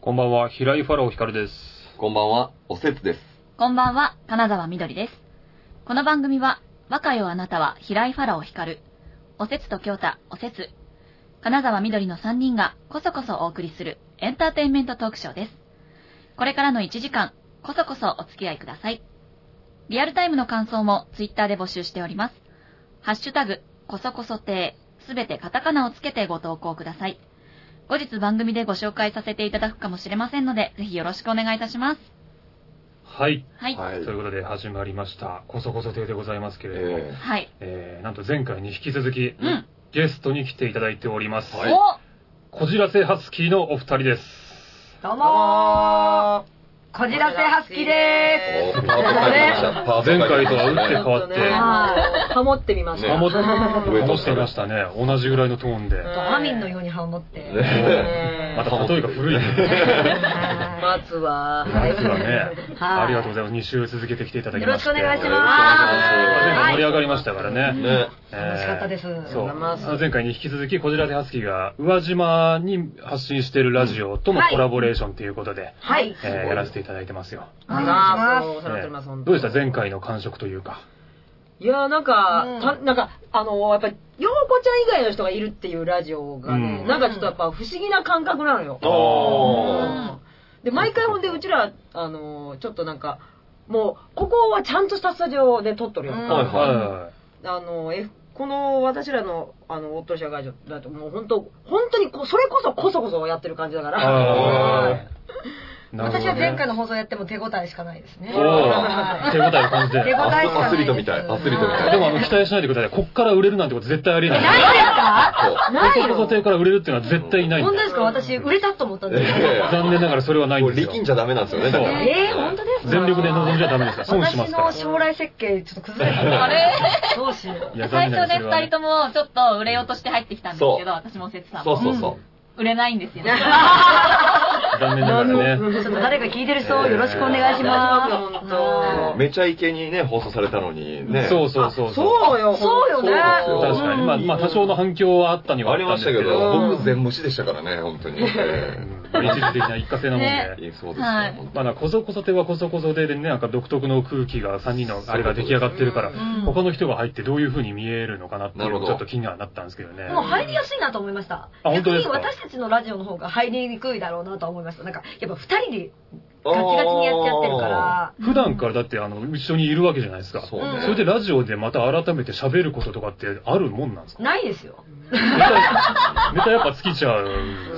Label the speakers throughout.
Speaker 1: こんばんは、平井ファラオ光です。
Speaker 2: こんばんは、おせつです。
Speaker 3: こんばんは、金沢みどりです。この番組は、若よあなたは平井ファラオ光る、おせつと京太、おせつ、金沢みどりの3人がこそこそお送りするエンターテインメントトークショーです。これからの1時間、こそこそお付き合いください。リアルタイムの感想もツイッターで募集しております。ハッシュタグ、こそこそ亭、すべてカタカナをつけてご投稿ください。後日番組でご紹介させていただくかもしれませんので、ぜひよろしくお願いいたします。
Speaker 1: はい。
Speaker 3: はい。
Speaker 2: は
Speaker 1: ということで始まりました、こそこそ亭でございますけれども、え
Speaker 2: え
Speaker 3: はい。
Speaker 1: ーなんと前回に引き続き、
Speaker 3: うん。
Speaker 1: ゲストに来ていただいております。
Speaker 2: はい
Speaker 3: お
Speaker 1: こじらせハスキーのお二人です。
Speaker 4: どうもーこじらせハスキーで
Speaker 2: えパート変えてきました。パー
Speaker 1: 前
Speaker 2: ト変え
Speaker 1: 回
Speaker 2: てき
Speaker 1: と
Speaker 2: ま
Speaker 1: は
Speaker 2: し
Speaker 1: 打ったて変
Speaker 2: ね。
Speaker 1: わって、
Speaker 4: す。はい。ハモってみました。
Speaker 2: ね
Speaker 1: ハモっ
Speaker 4: うん
Speaker 1: 話していましたね。同じぐらいのトーンで。
Speaker 4: ドハミンのようにハモって。
Speaker 2: ね
Speaker 4: うん
Speaker 1: また例えが 古いね。
Speaker 4: まずは、
Speaker 1: まずはね、
Speaker 4: はい
Speaker 1: ありがとうございます。2週続けてきていただき
Speaker 4: よ
Speaker 1: ま
Speaker 4: ろ
Speaker 1: し。
Speaker 4: してくお願いし
Speaker 2: よろしくお
Speaker 4: ます。
Speaker 1: 前回盛り上が
Speaker 4: はい
Speaker 1: りましたからね。
Speaker 2: ね
Speaker 1: えー
Speaker 4: 楽しかったです。
Speaker 1: そう。
Speaker 4: ありがとうございます
Speaker 1: あの前回に引き続き、こじらせハスキーが、宇和島に発信しているラジオとの
Speaker 4: はい
Speaker 1: コラボレーションということで、
Speaker 4: はい。
Speaker 1: えーやらせていただいてますよ。
Speaker 4: お願いします
Speaker 5: お世話になっております、
Speaker 1: えー
Speaker 5: 本
Speaker 1: ど
Speaker 5: 当
Speaker 1: うでした前回の感触というか。
Speaker 5: いやーなんか、
Speaker 4: うん
Speaker 5: たなんか、あのーやっぱり、ようこちゃん以外の人がいるっていうラジオがね、
Speaker 1: うん
Speaker 5: なんかちょっとやっぱ不思議な感覚なのよ。
Speaker 2: おー
Speaker 5: で、毎回ほんで、うちら、あのーちょっとなんか、もう、ここはちゃんとしたスタジオで撮っとるよ。
Speaker 4: うん
Speaker 2: は
Speaker 1: はい
Speaker 2: いは
Speaker 1: は
Speaker 5: あのー、F この私らの、あの、おっとりした会場だと、もう本当本当にこ、それこそこそこそやってる感じだか
Speaker 1: い。
Speaker 5: ら。
Speaker 1: あーなるほど
Speaker 4: 私
Speaker 1: ね
Speaker 4: は前回の放送やっても手応えしかないですね。
Speaker 1: おー
Speaker 4: は
Speaker 1: 手応えを感じ
Speaker 4: い
Speaker 1: て。
Speaker 4: 手応えしかないです。
Speaker 2: アスリートみたいアスリートみたい
Speaker 1: でもあの、期待しないでください。こっから売れるなんてこと絶対ありえない。
Speaker 4: ない
Speaker 2: そう
Speaker 4: ですかない
Speaker 1: ここ
Speaker 4: よ。
Speaker 1: 定から売れるっていうのは絶対ないん
Speaker 4: 本当
Speaker 1: だ
Speaker 4: で
Speaker 1: よ。
Speaker 4: すか私、売れたと思ったんですけ
Speaker 2: いやい
Speaker 4: ど。
Speaker 2: や
Speaker 1: 残念ながらそれはない
Speaker 2: も
Speaker 1: ん
Speaker 2: う
Speaker 1: ですよ
Speaker 2: 力。んじゃダメなんですよね、だから。
Speaker 4: えー、本当ですか
Speaker 1: 全力で臨んじゃダメですから。損します
Speaker 4: 私
Speaker 1: から
Speaker 4: の。将来設計、ちょっと崩れて
Speaker 3: あ れ
Speaker 4: どうしよう
Speaker 1: い。や残念
Speaker 3: 最
Speaker 1: なが
Speaker 3: 初
Speaker 1: らそれ
Speaker 3: ね、
Speaker 1: は
Speaker 3: 二人ともちょっと売れようとして入ってきたんですけど、私もおせつさん
Speaker 2: そう
Speaker 3: も。
Speaker 2: そうそう。
Speaker 3: 売れないんですよね。
Speaker 1: 残念ながらね。
Speaker 4: ちょっと誰か聞いてる人、よろしくお願いします。
Speaker 5: お願いします本
Speaker 2: めちゃイケにね、放送されたのにね。
Speaker 1: そうそうそうそう。
Speaker 5: そうよ、
Speaker 4: そうよね
Speaker 2: そう
Speaker 1: 確かに。まあ、まあ、多少の反響はあったには
Speaker 2: あ
Speaker 1: あ
Speaker 2: り
Speaker 1: ったん
Speaker 2: ま
Speaker 1: で
Speaker 2: し
Speaker 1: す
Speaker 2: た
Speaker 1: け
Speaker 2: け
Speaker 1: ど、
Speaker 2: ど、
Speaker 4: うん
Speaker 2: 僕全無視でしたからね、本当に。え
Speaker 1: うん一時的な一過性なもん
Speaker 3: ね
Speaker 1: で。
Speaker 2: えそうです
Speaker 3: はい
Speaker 2: ね本
Speaker 1: まあ、こそこそ手はこそこそででね、なんか独特の空気が3人のあれが出来上がってるから
Speaker 5: う、
Speaker 4: ん
Speaker 1: 他の人が入ってどういう風に見えるのかなっていう
Speaker 2: なる
Speaker 1: の
Speaker 2: ほ
Speaker 1: が
Speaker 2: ど
Speaker 1: ちょっと気にはなったんですけどね
Speaker 4: で。も入りやすいなと思いました。
Speaker 1: あ本
Speaker 4: 逆
Speaker 1: 当で
Speaker 4: に
Speaker 1: すか
Speaker 4: 私たちのラジオの方が入りにくいだろうなとは思いました。なんか、やっぱ二人で
Speaker 2: 当
Speaker 4: ガチガチにやってやってるか。ら。
Speaker 1: 普段からだってあの、一緒にいるわけじゃないですか。
Speaker 2: そう
Speaker 1: そ
Speaker 2: ね。
Speaker 1: れでラジオでまた改めて喋ることとかってあるもんなんです か
Speaker 4: ないですよ。
Speaker 1: ネタ、ネタやっぱ尽きちゃう。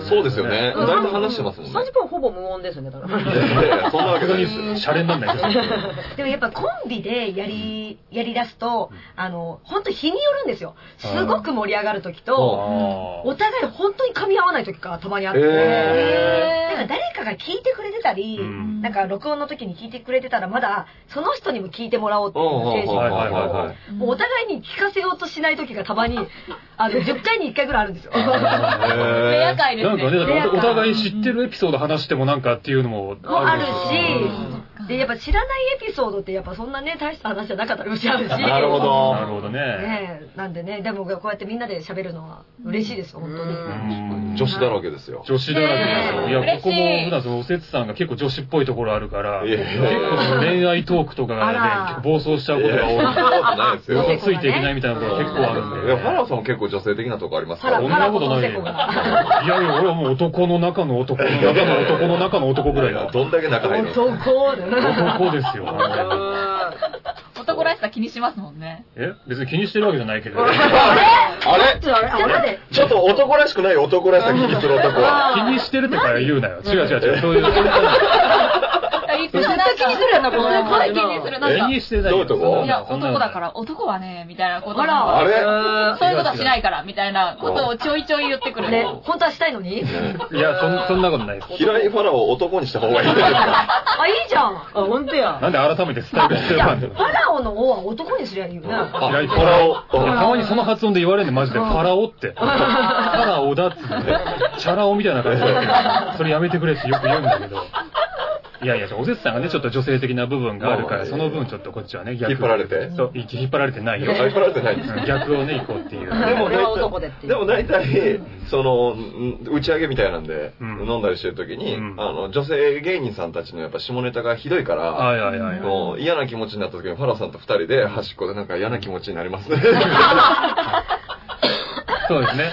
Speaker 2: そうです よね。
Speaker 4: うん
Speaker 2: だいぶ話してますもんね。
Speaker 5: 30分ほぼ無音ですよね、だから。
Speaker 2: いやいやそんなわ
Speaker 1: さ
Speaker 2: け
Speaker 1: すが
Speaker 2: ない
Speaker 1: に
Speaker 2: ですよ。
Speaker 1: シャレになんないですよ。
Speaker 4: でもやっぱコンビでやり、やり出すと
Speaker 1: うん、
Speaker 4: あの、本当日によるんですよ。すごく盛り上がる時と、
Speaker 1: あ
Speaker 4: お互い本当に噛み合わない時がたまにあって、
Speaker 2: へ
Speaker 4: なんか誰かが聞いてくれてたり、
Speaker 1: ーうん
Speaker 4: なんか録音の時に聞いてくれてたらまだその人にも聞いてもらおうっていう精神
Speaker 1: はい
Speaker 4: なん
Speaker 1: はいはい
Speaker 4: ですけど
Speaker 1: はい。
Speaker 4: もうお互いに聞かせようとしない時がたまに、あの、10回に1回ぐらいあるんです よ。
Speaker 3: レア
Speaker 2: え
Speaker 3: 会です
Speaker 1: なんかね、だ
Speaker 3: ね。
Speaker 1: からおお互い知ってるエピソード話してもなんかっていうのも
Speaker 4: もある
Speaker 1: でょう
Speaker 4: し、で、やっぱ知らないエピソードってやっぱそんなね、大した話じゃなかったらうちあるし。
Speaker 2: なるほど
Speaker 1: なるほ どね。
Speaker 4: ねえ、なんでね、でもこうやってみんなで喋るのは嬉しいです、本当に。
Speaker 5: う
Speaker 1: うんん
Speaker 2: 女子だらけですよ。
Speaker 1: 女子だらけですよ。いや、
Speaker 3: ね
Speaker 1: ここも
Speaker 3: 嬉しい
Speaker 1: 普段そのおせつさんが結構女子っぽいところあるから、
Speaker 2: いや
Speaker 1: 結
Speaker 2: いやいや
Speaker 1: 構その恋愛トークとかが
Speaker 4: あら
Speaker 1: ね、暴走しちゃうことが多い。
Speaker 2: そんなことないですよ。
Speaker 4: そう
Speaker 1: ついていけないみたいなことが結構あるん
Speaker 2: い
Speaker 1: で
Speaker 2: や、ファラオさんも結構女性的なとこありますか
Speaker 4: ファラ
Speaker 2: ら。
Speaker 4: オ
Speaker 1: そんなこと
Speaker 2: 女
Speaker 1: ないよ。
Speaker 4: ファ
Speaker 1: いやいや、俺はもう男の中の男の中の男の中の男ぐらいだ。
Speaker 2: どんだけ仲入るの
Speaker 4: 男で
Speaker 1: 男ですよ。
Speaker 3: 男らしさ気にしますもんね。
Speaker 1: え別に気にしてるわけじゃないけど。
Speaker 2: あれ
Speaker 4: ちょっ とあれあれ
Speaker 2: ちょっと男らしくない男らしさ気にする男は。
Speaker 1: 気にしてるとか言うなよ。違う違う違う。そういう、そういうことじゃない
Speaker 3: いつもなんか、
Speaker 4: るやな、この
Speaker 3: すごい気にする。なんか、
Speaker 1: 気
Speaker 3: い
Speaker 1: にしてないよ。。
Speaker 2: どういうとこ
Speaker 3: や、男だからら、男はね、みたいなこと。
Speaker 4: あら
Speaker 2: あれ
Speaker 3: そういうことはしないから、みたいなことをちょいちょい言ってくる。
Speaker 4: ね、本当はしたいのに
Speaker 1: いや、そんそんなことないです。
Speaker 2: 平井ファラオを男にした方がいいんじゃないですか。
Speaker 4: あ、いいじゃん。
Speaker 5: あ、本当や。
Speaker 1: なんで改めて伝える必要が
Speaker 4: じゃ
Speaker 1: あ
Speaker 4: あ、
Speaker 1: る
Speaker 4: フ
Speaker 1: んだろう
Speaker 4: ァラオの王は男にすりゃいいよな。
Speaker 2: あ
Speaker 1: 平井
Speaker 2: ファラオ。
Speaker 1: いやたまにその発音で言われるんで、マジで、ファラオって。ファラオだっつって、チャラオみたいな感じだけど、それやめてくれってよく言うんだけど。いやいや、おせつさんがね、ちょっと女性的な部分があるか
Speaker 2: まあまあ
Speaker 1: ら、その分ちょっとこっちはね、逆。
Speaker 2: 引っ張られて。
Speaker 1: そう、い引っ張られてない
Speaker 2: い
Speaker 1: よ
Speaker 2: や。引っ張られてないです
Speaker 1: うん逆をね、行こうっていう。
Speaker 2: でも
Speaker 5: 俺は
Speaker 2: 大体
Speaker 5: 男でっていう
Speaker 2: でも大体、その、ん打ち上げみたいなんで、
Speaker 1: うん
Speaker 2: 飲んだりしてる時に、
Speaker 1: うん
Speaker 2: あの、女性芸人さんたちのやっぱ下ネタがひどいから、
Speaker 1: はいはいはいはい。
Speaker 2: もう嫌な気持ちになった時に、ファラさんと二人で端っこでなんか嫌な気持ちになりますね。
Speaker 1: そうですね。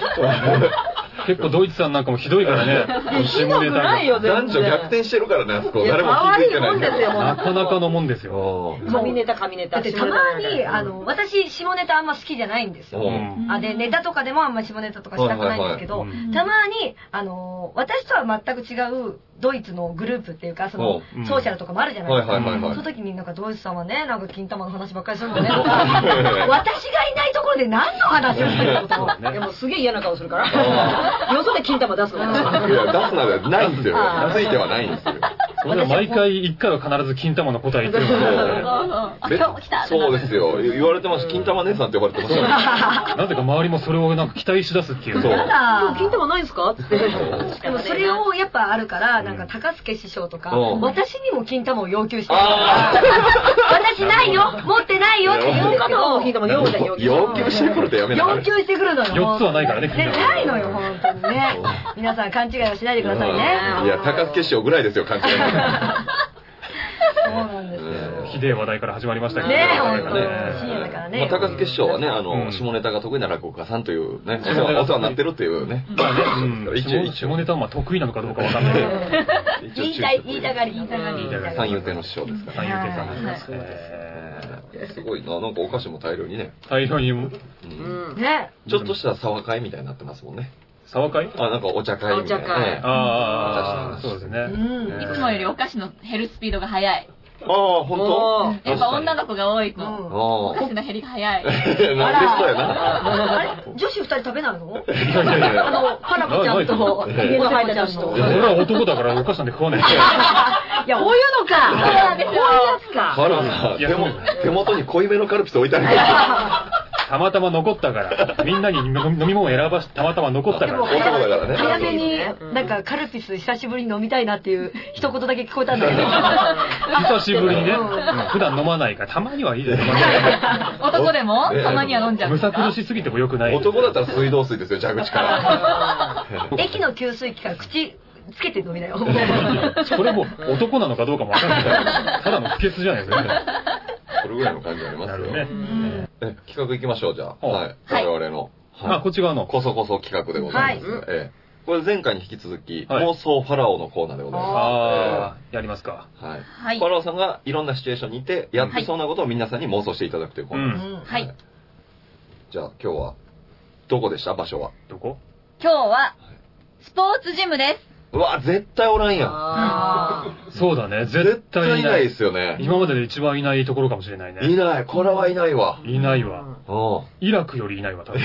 Speaker 1: 結構ドイツさんなんかもひどいから ね、
Speaker 5: ひどくないよ、
Speaker 2: 男
Speaker 5: 全
Speaker 2: 女
Speaker 5: 然。
Speaker 2: 逆転してるからね、あそこ。
Speaker 5: いや
Speaker 2: 誰も気づいてない
Speaker 5: 可愛いもんですよもう
Speaker 1: なかなかのもんですよ。
Speaker 2: うん
Speaker 5: 髪ネタ、髪ネ
Speaker 4: だ
Speaker 5: タ。
Speaker 4: って
Speaker 5: 下
Speaker 4: た
Speaker 5: ネタ
Speaker 4: まに、あの、私、下ネタあんま好きじゃないんです
Speaker 2: う
Speaker 4: よ。
Speaker 1: うん
Speaker 4: あで、ネタとかでもあんま下ネタとかしたくないんですけど、
Speaker 2: はいはい
Speaker 1: はい
Speaker 3: うん
Speaker 4: たまに、あのー私とは全く違うドイツのグループっていうか、その、
Speaker 1: うん
Speaker 4: ソーシャルとかもあるじゃない
Speaker 2: はい
Speaker 4: ですか。
Speaker 2: はいはい
Speaker 4: そ
Speaker 2: は
Speaker 4: の時になんかドイツさんはね、なんか金玉の話ばっかりするのね。私
Speaker 2: い。
Speaker 4: がいないところで何の話をするのと。
Speaker 1: そう
Speaker 5: い
Speaker 1: ね
Speaker 5: や、もうすげえ嫌な顔するから。よそで金玉出すの
Speaker 2: いや、出すならないんですよ
Speaker 5: あ。ー
Speaker 2: ついてはないんですよ。
Speaker 1: それは毎回一回は必ず金玉の答え言ってるもん
Speaker 2: そう
Speaker 1: ね
Speaker 3: あ、
Speaker 2: 別
Speaker 3: 今日来た
Speaker 2: そうですよ。言われてまし
Speaker 5: うん
Speaker 2: た。金玉姉さんって呼ばれてました。
Speaker 1: なぜか周りもそれをなんか期待しだすっていう。
Speaker 2: そう
Speaker 4: ただ、
Speaker 5: 金玉ないんすかって。
Speaker 4: でもそれをやっぱあるから、なんか高助師匠とか、
Speaker 2: うん
Speaker 4: 私にも金玉を要求してる
Speaker 2: ああ
Speaker 4: 私ないよ持ってないよって言うんですけど、
Speaker 5: 金玉用じゃん、要求。
Speaker 2: 要求してくるってやめな
Speaker 4: 要求してくるのよ。
Speaker 1: 四つはないからね
Speaker 4: 本
Speaker 1: 金
Speaker 4: 当に
Speaker 1: 玉
Speaker 4: ねないのよ、本当にね。皆さん勘違いはしないでください
Speaker 2: うんい
Speaker 4: ね。
Speaker 2: や、高須決勝ぐらいですよ、関係ない。
Speaker 4: そうなんですよ。
Speaker 2: うん
Speaker 1: ひでえ話題から始まりましたけど。
Speaker 4: ねえ
Speaker 1: なんかね
Speaker 4: 本当に深夜だからね
Speaker 2: まあ、高須決勝はね、あ
Speaker 1: う
Speaker 2: の、
Speaker 1: ん
Speaker 2: 下ネタが得意な落語家さんというね、お
Speaker 1: そう
Speaker 2: 世話お世話になってるっていうね。
Speaker 1: まあね、うん、
Speaker 2: 一応一
Speaker 1: 下
Speaker 2: 応
Speaker 1: 下ネタはまあ得意なのかどうかわかんないけど。
Speaker 2: 一応
Speaker 3: 言いたい、言いたがり、言いたがり。
Speaker 1: 言いたがり
Speaker 2: 三遊亭の師匠ですから。
Speaker 1: 三遊亭さん
Speaker 5: は
Speaker 1: で
Speaker 5: い
Speaker 1: すか。え
Speaker 2: すごいな、なんかお菓子も大量にね。
Speaker 1: ー大量に、
Speaker 2: うん
Speaker 5: うん。
Speaker 4: ね。
Speaker 2: ちょっとした騒会みたいになってますもんね。
Speaker 1: 沢会
Speaker 2: あ、なんかお茶会みたい
Speaker 5: お茶
Speaker 2: な。
Speaker 5: 会
Speaker 2: ね
Speaker 1: ああ、そうです
Speaker 4: う
Speaker 1: ね。
Speaker 4: ん。
Speaker 3: いつもよりお菓子の減るスピードが速い。
Speaker 2: ああ、本当
Speaker 5: もう
Speaker 3: やっぱ女の子が多い子、
Speaker 4: うん
Speaker 3: お
Speaker 2: あ
Speaker 3: 菓子の減りが早い。
Speaker 2: あ。なん
Speaker 4: あれ女子二人食べないの
Speaker 2: でそうやな。いやい
Speaker 4: あ
Speaker 2: や
Speaker 4: の、パナコちゃんと、
Speaker 2: ない
Speaker 4: 家の入ったちゃんと。
Speaker 1: いや、俺は男だからお菓子なんて食わない。
Speaker 4: いや、こういうのか。そうなんですよ。こういうやつか。
Speaker 2: カルさん、
Speaker 1: いや
Speaker 2: 手も
Speaker 1: そう
Speaker 2: 手元に濃いめのカルピス置いてあるから。
Speaker 1: たまたま残ったから、みんなに飲み物を選ばして、たまたま残ったから。
Speaker 2: 男だからね。
Speaker 4: 早めに
Speaker 5: う、ん
Speaker 4: なんかカルピス久しぶりに飲みたいなっていう一言だけ聞こえたんだけど。
Speaker 1: 久しぶりにね、
Speaker 4: うん
Speaker 1: うん普段飲まないから、たまにはいいですよ。
Speaker 3: 男でも
Speaker 2: ね
Speaker 3: たまには飲んじゃう。
Speaker 1: むさ苦しすぎても良くない。
Speaker 2: 男だったら水道水ですよ、蛇口から。
Speaker 4: 駅の給水器から口つけて飲みなよ。
Speaker 1: これもう男なのかどうかもわかんない。ただの不潔じゃないですか。
Speaker 2: それぐらいの感じあります
Speaker 1: なる
Speaker 2: よ。
Speaker 1: ほどね。
Speaker 2: え企画行きましょう、じゃあ。
Speaker 1: お
Speaker 2: はい。
Speaker 3: はい
Speaker 2: 我々の。
Speaker 1: まあ、こっち側の。
Speaker 2: こそこそ企画でございます。
Speaker 5: はい
Speaker 2: ええこれ前回に引き続き、
Speaker 1: はい
Speaker 2: 妄想ファラオのコーナーでございま
Speaker 1: ああ、やりますか。
Speaker 2: す。はい。
Speaker 3: はい
Speaker 2: ファ。ラオさんがいろんなシチュエーションにいて、やってそうなことを皆さんに妄想していただくというコーナーです。
Speaker 4: うん
Speaker 3: はい。
Speaker 2: じゃあ今日は、どこでした場所は。
Speaker 1: どこ
Speaker 3: 今日は、スポーツジムです。
Speaker 2: うわ、絶対おらんやん。
Speaker 5: あ
Speaker 1: そうだね。絶対いな
Speaker 2: 絶で
Speaker 1: い。
Speaker 2: すよね。
Speaker 1: 今までで一番いないところかもしれない
Speaker 2: い
Speaker 1: ね。
Speaker 2: ない。これはいないわ。
Speaker 1: いないわ。
Speaker 2: うん。
Speaker 1: イラクよりいないわ、多分。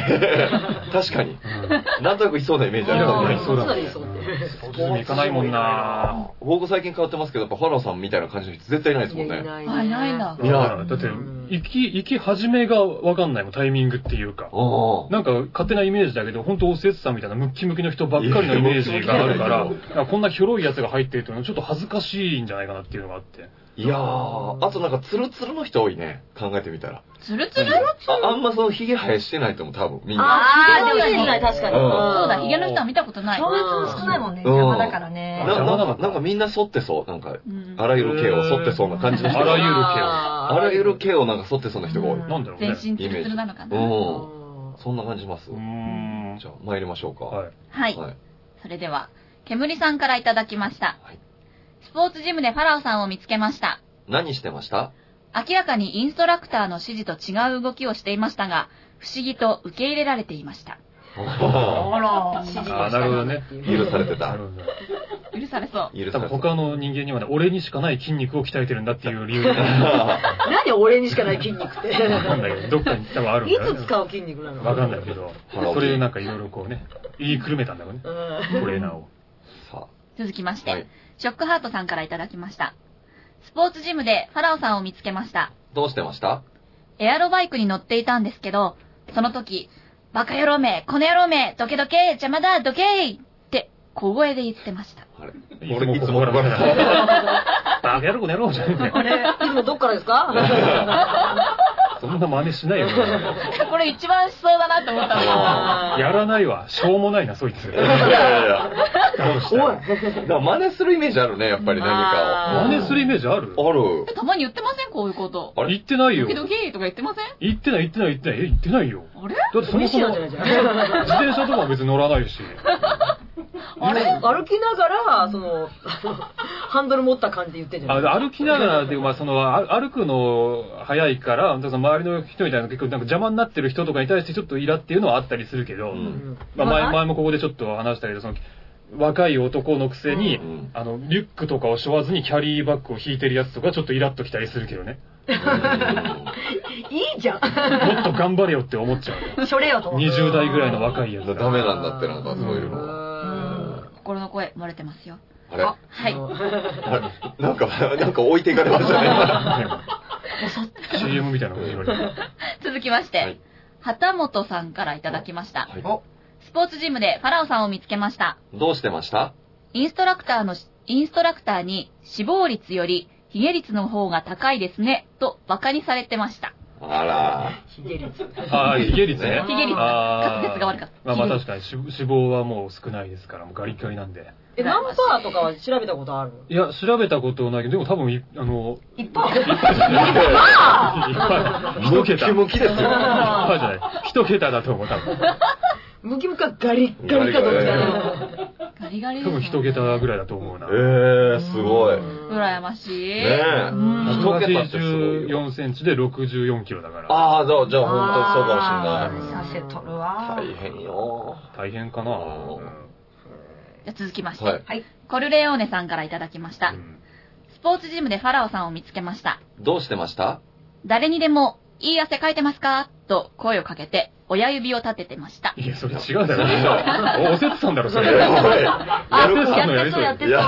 Speaker 2: 確かに。
Speaker 1: うん
Speaker 2: なんとなくいそうなイメージあ
Speaker 1: イ
Speaker 2: る
Speaker 1: ラ
Speaker 2: よ
Speaker 1: クより
Speaker 2: ね
Speaker 1: い。そうだもんね。
Speaker 5: そうだね
Speaker 1: うんスポーツジム行かないもんな
Speaker 2: 僕最近変わってますけど、やっぱファラオさんみたいな感じの人絶対いないですもんね。
Speaker 5: な
Speaker 3: あ、いないんだ。
Speaker 2: いや
Speaker 1: うんだって、行き、行き始めがわかんないもん、タイミングっていうか。
Speaker 2: お
Speaker 1: なんか勝手なイメージだけど、本当おせつさんみたいなムッキムキの人ばっかりのイメージがあるから、なんかこんなひょろいやつが入ってるというのはちょっと恥ずかしいんじゃないかなっていうのがあって。
Speaker 2: いやー、あとなんかツルツルの人多いね。考えてみたら。
Speaker 3: つるつる
Speaker 2: ああんまそのヒゲ生えしてないと思う、多分、みんな。
Speaker 5: あー、でもいいない、確かに。
Speaker 2: うん
Speaker 3: そうだ、ヒゲの人は見たことない。
Speaker 4: そう
Speaker 5: う
Speaker 4: い
Speaker 5: いうう
Speaker 4: 人
Speaker 5: 人
Speaker 4: も
Speaker 5: も
Speaker 4: 少な
Speaker 5: 少ないい
Speaker 4: も
Speaker 5: も
Speaker 4: ん
Speaker 5: ん
Speaker 4: ね。
Speaker 5: ね
Speaker 2: うん邪魔
Speaker 4: 邪魔だ
Speaker 2: だ
Speaker 4: か
Speaker 2: からな
Speaker 4: ね。
Speaker 1: 邪魔だも
Speaker 2: なんなんかみんな剃ってそう。なんか、
Speaker 3: うん
Speaker 2: あらゆる毛を剃ってそうな感じの人
Speaker 1: あらゆる
Speaker 2: あらゆる毛をなんか剃ってそうな人が多い。
Speaker 5: うん
Speaker 1: なんだろう
Speaker 3: 全
Speaker 1: ね。
Speaker 3: 身つるつるなのかな。
Speaker 2: うん。そんな感じします。
Speaker 1: うーん。
Speaker 2: じゃあ、参りましょうか。
Speaker 1: はい。
Speaker 3: はい。
Speaker 2: はい。
Speaker 3: それでは、煙さんからいただきました
Speaker 2: はい。
Speaker 3: スポーツジムでファラオさんを見つけました。
Speaker 2: 何してました
Speaker 3: 明らかにインストラクターの指示と違う動きをしていましたが、不思議と受け入れられていました。
Speaker 4: あら、
Speaker 1: あーなるほどね。
Speaker 2: 許されて
Speaker 1: な
Speaker 2: た
Speaker 1: る。ほど。
Speaker 3: 許されそう。
Speaker 2: 許
Speaker 1: 多分
Speaker 2: されて
Speaker 1: 他の人間にはね、俺にしかない筋肉を鍛えてるんだっていう理由が
Speaker 2: た。
Speaker 5: 何俺にしかない筋肉って。
Speaker 1: わかんないけど、どっかに多分あるん
Speaker 5: い
Speaker 1: だよね。
Speaker 5: つ使う筋肉なの
Speaker 1: わかんないけど、それなんかいろいろこうね、言いくるめたんだろうね。
Speaker 5: うん。
Speaker 1: トレーナーを。
Speaker 2: さ
Speaker 3: 続きまし
Speaker 2: あ、
Speaker 3: て、
Speaker 2: はい。
Speaker 3: ショックハートさんからいただきました。スポーツジムでファラオさんを見つけました。
Speaker 2: どうしてました
Speaker 3: エアロバイクに乗っていたんですけど、その時、バカ野郎め、この野郎め、どけどけ、邪魔だ、どけいって、小声で言ってました。
Speaker 2: あれ
Speaker 1: いつもここから
Speaker 2: 俺いつもここから
Speaker 1: バカ野郎、寝ろじゃね
Speaker 5: あれ、いつもどっからですか
Speaker 1: そんな真似しないよ。
Speaker 3: これ一番しそうだなと思ったのが
Speaker 1: やらないわ。しょうもないな、そいつ。
Speaker 2: いやいやいや。
Speaker 1: どうし
Speaker 5: おい
Speaker 1: た
Speaker 2: だから真似するイメージあるね、やっぱり何か
Speaker 1: 真似するイメージある
Speaker 2: を。ある。
Speaker 3: たまに言ってませんこういうこと。
Speaker 2: あれ
Speaker 1: 言ってない
Speaker 3: ド
Speaker 1: よ
Speaker 3: キ。ドキとか言ってません
Speaker 1: 言ってない、言ってない、言ってない。え、言ってないよ。
Speaker 3: あれ
Speaker 1: だってそもそも、自転車とかは別に乗らないし。
Speaker 5: あれ歩きながら、その、ハンドル持った感じで言ってんじゃ
Speaker 1: あ
Speaker 5: ない
Speaker 1: 歩きながらで、まあ、その、あ歩くの早いから、その周りの人みたいな結構なんか邪魔になってる人とかに対してちょっとイラっていうのはあったりするけど、
Speaker 2: う
Speaker 5: うんん
Speaker 1: まあ、前前もここでちょっと話したけど、その、若い男のくせに、
Speaker 2: うん
Speaker 1: あの、リュックとかを背負わずにキャリーバッグを引いてるやつとかちょっとイラっときたりするけどね。
Speaker 5: いいじゃん。
Speaker 1: もっと頑張れよって思っちゃうよ。
Speaker 4: それよと思って。
Speaker 1: 20代ぐらいの若いやつ
Speaker 2: ダメなんだってなんかそういうのが。
Speaker 5: の。
Speaker 3: 心の声漏れてますよ。
Speaker 2: あれ
Speaker 3: はい。
Speaker 2: あれなんか、なんか置いていかれましたね。
Speaker 1: CM みたいなこと言われて。
Speaker 3: 続きまして、
Speaker 2: はい
Speaker 3: 旗本さんからいただきました。
Speaker 2: は
Speaker 3: スポーツジムでファラオさんを見つけました。
Speaker 2: いどうしてました
Speaker 3: インストラクターのし、インストラクターに死亡率よりヒゲ率の方が高いですね、と馬鹿にされてました。
Speaker 2: あら。
Speaker 5: ひげ率。
Speaker 1: ああ、ヒゲ率ね
Speaker 5: あ。
Speaker 3: ヒゲ率。
Speaker 1: あ
Speaker 3: 滑舌が悪かっ
Speaker 1: ま
Speaker 3: た。
Speaker 1: あまあ
Speaker 3: ヒゲ
Speaker 1: 確かに死死亡はもう少ないですから、もうガリガリなんで。
Speaker 5: え、ナンパーとかは調べたことある
Speaker 1: いや、調べたことないけど、でも多分い、あの、
Speaker 5: 一般
Speaker 1: いっぱい、一
Speaker 2: ムキ
Speaker 1: 桁。いっ
Speaker 2: ムキですよ。
Speaker 1: ぱいじゃない。一桁だと思う、多分。
Speaker 5: ムキムキはガリッガリかどっちかな。
Speaker 3: ガリガリ
Speaker 1: 多分一桁ぐら
Speaker 3: らい。
Speaker 1: いだと思うな。
Speaker 2: ええ、すごい。ね
Speaker 3: 羨ましい。
Speaker 2: え
Speaker 3: う。
Speaker 2: 一
Speaker 3: ん。
Speaker 2: 桁ってすごいよ
Speaker 1: 84センチで64キロだから。
Speaker 2: ああ、じゃあ、じゃあ、本当にそうか
Speaker 5: あー
Speaker 2: も
Speaker 4: させとるわ。
Speaker 2: しれない。大変よ。
Speaker 1: 大変かな。
Speaker 2: うん
Speaker 3: じゃあ続きまして、
Speaker 2: はい。
Speaker 3: コルレオーネさんからいただきました
Speaker 1: う。ん
Speaker 3: スポーツジムでファラオさんを見つけました。
Speaker 2: どうしてました
Speaker 3: 誰にでも、いい汗かいてますかと声をかけて、親指を立ててました。
Speaker 1: いや、それ違うだ ろ。おおせつさんだろ、そ
Speaker 2: い
Speaker 1: れ。
Speaker 2: や
Speaker 1: や
Speaker 2: おいやる
Speaker 1: さんのやりそう。
Speaker 4: や
Speaker 1: やり
Speaker 4: ってそうやってそう。
Speaker 1: そ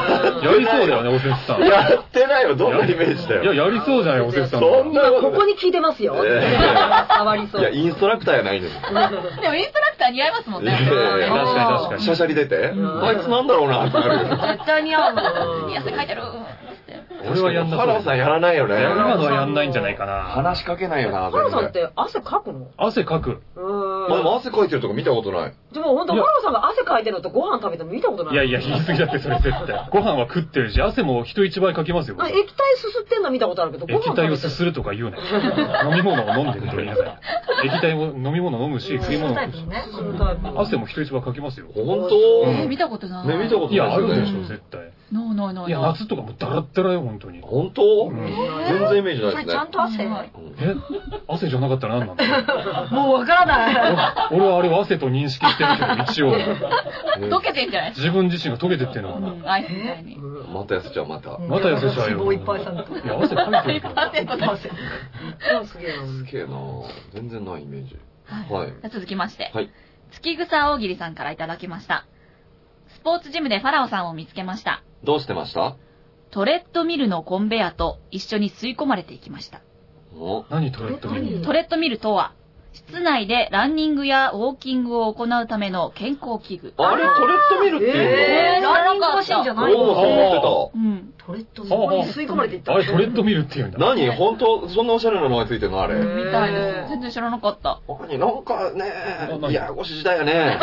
Speaker 1: うだよね、おせつさん。いや、
Speaker 2: やってないよ、どんなイメージだよ。
Speaker 1: やりそうじゃない、おせつさんの。
Speaker 2: そんな
Speaker 5: 今ここに聞いてますよ。
Speaker 2: いやいやいや
Speaker 5: 触りそ
Speaker 2: いや、
Speaker 5: う。
Speaker 2: インストラクターやないです。
Speaker 3: でもインストラクター似合いますもん
Speaker 2: いやい
Speaker 3: ね。
Speaker 2: やいや
Speaker 1: 確かに確かに
Speaker 2: シャシャリ出て、
Speaker 5: ん
Speaker 2: あいつなんだろうなってなるよ。
Speaker 4: 絶対似合う
Speaker 3: いい汗かいてるって。
Speaker 1: 俺はやんなそう
Speaker 2: ハローさんやらないよね。
Speaker 1: 今のはやんないんじゃないかな。
Speaker 2: 話しかけないよな、
Speaker 5: ハロさんっ
Speaker 2: 全然。
Speaker 5: て汗かくの
Speaker 1: 汗かく。
Speaker 5: うーん。
Speaker 2: まあでも汗かいてるとこ見たことない。
Speaker 5: でも本当
Speaker 1: い
Speaker 5: ハ
Speaker 1: や
Speaker 5: ロさんが汗かいてるのとご飯食べても見たことない。
Speaker 1: いやいや、言い過ぎだって、それ絶対。ご飯は食ってるし、汗も人一倍かきますよ。
Speaker 5: あ
Speaker 1: 僕
Speaker 5: 液体すすってんの見たことあるけど、ご飯
Speaker 1: 液
Speaker 5: 食べて
Speaker 1: 体
Speaker 5: る
Speaker 1: をすするとか言うね。飲み物を飲んでると言いなさい。液体を飲み物飲むし、食い物も食うし
Speaker 4: ね。
Speaker 5: するタイプ
Speaker 1: 汗も人一倍かきますよ。
Speaker 2: 本
Speaker 5: う
Speaker 2: 当
Speaker 3: えー、見たことない。
Speaker 2: ね見たこと
Speaker 1: いや、あ
Speaker 2: ない
Speaker 1: る
Speaker 2: で
Speaker 1: ですし
Speaker 2: よ
Speaker 1: ょ、
Speaker 2: ね。
Speaker 1: 絶対。
Speaker 3: ノーノーノー
Speaker 1: いや、夏とかもダラッダラよ、本当に。
Speaker 2: 本当
Speaker 1: うん
Speaker 2: 全然イメージ
Speaker 4: そ
Speaker 2: ない
Speaker 4: れ
Speaker 2: で
Speaker 4: ち
Speaker 2: す
Speaker 4: ゃん
Speaker 2: ね。
Speaker 4: と汗。
Speaker 1: え、汗じゃなかったら何なんだろう
Speaker 4: もうわからない。
Speaker 1: 俺俺はあれを汗と認識してるけど、一応。
Speaker 2: え
Speaker 3: どけてんじゃないです
Speaker 1: 自分自身が溶けてってんの
Speaker 3: か。
Speaker 1: か
Speaker 3: う
Speaker 1: な。
Speaker 3: ん、アイスみたいに。
Speaker 2: また痩せちゃう、また。
Speaker 1: また痩せちゃうよ。
Speaker 4: 脂肪いっぱいさんと
Speaker 1: いや、汗かいてるけど。
Speaker 3: 100%です。
Speaker 5: うん すげえな。
Speaker 2: すげえな全然ないイメージ。
Speaker 3: はい
Speaker 2: はい。
Speaker 3: じゃあ続きまして、
Speaker 2: はい
Speaker 3: 月草大喜利さんからいただきました。スポーツジムでファラオさんを見つけました。
Speaker 2: どうしてました
Speaker 3: トレッドミルのコンベヤと一緒に吸い込まれていきました。
Speaker 2: お
Speaker 1: 何トレッドミル
Speaker 3: トレッドミルとは、室内でランニングやウォーキングを行うための健康器具。
Speaker 2: あれ、トレッドミルっていう
Speaker 4: えー、ランニング欲しいんじゃ
Speaker 2: の
Speaker 4: ない
Speaker 2: おお、そう思って
Speaker 3: うん。
Speaker 4: トレッド
Speaker 5: そこに吸い込まれていった。
Speaker 1: あれ、トレッドミルって言うんだ
Speaker 2: た。。何本当そんなおしゃれな名前ついてんのあ
Speaker 5: う
Speaker 2: れ
Speaker 5: ん。
Speaker 3: みたいです。全然知らなかった。
Speaker 2: 何なんか
Speaker 1: あ
Speaker 2: ね、
Speaker 1: 何
Speaker 2: いや、ごし時代やね。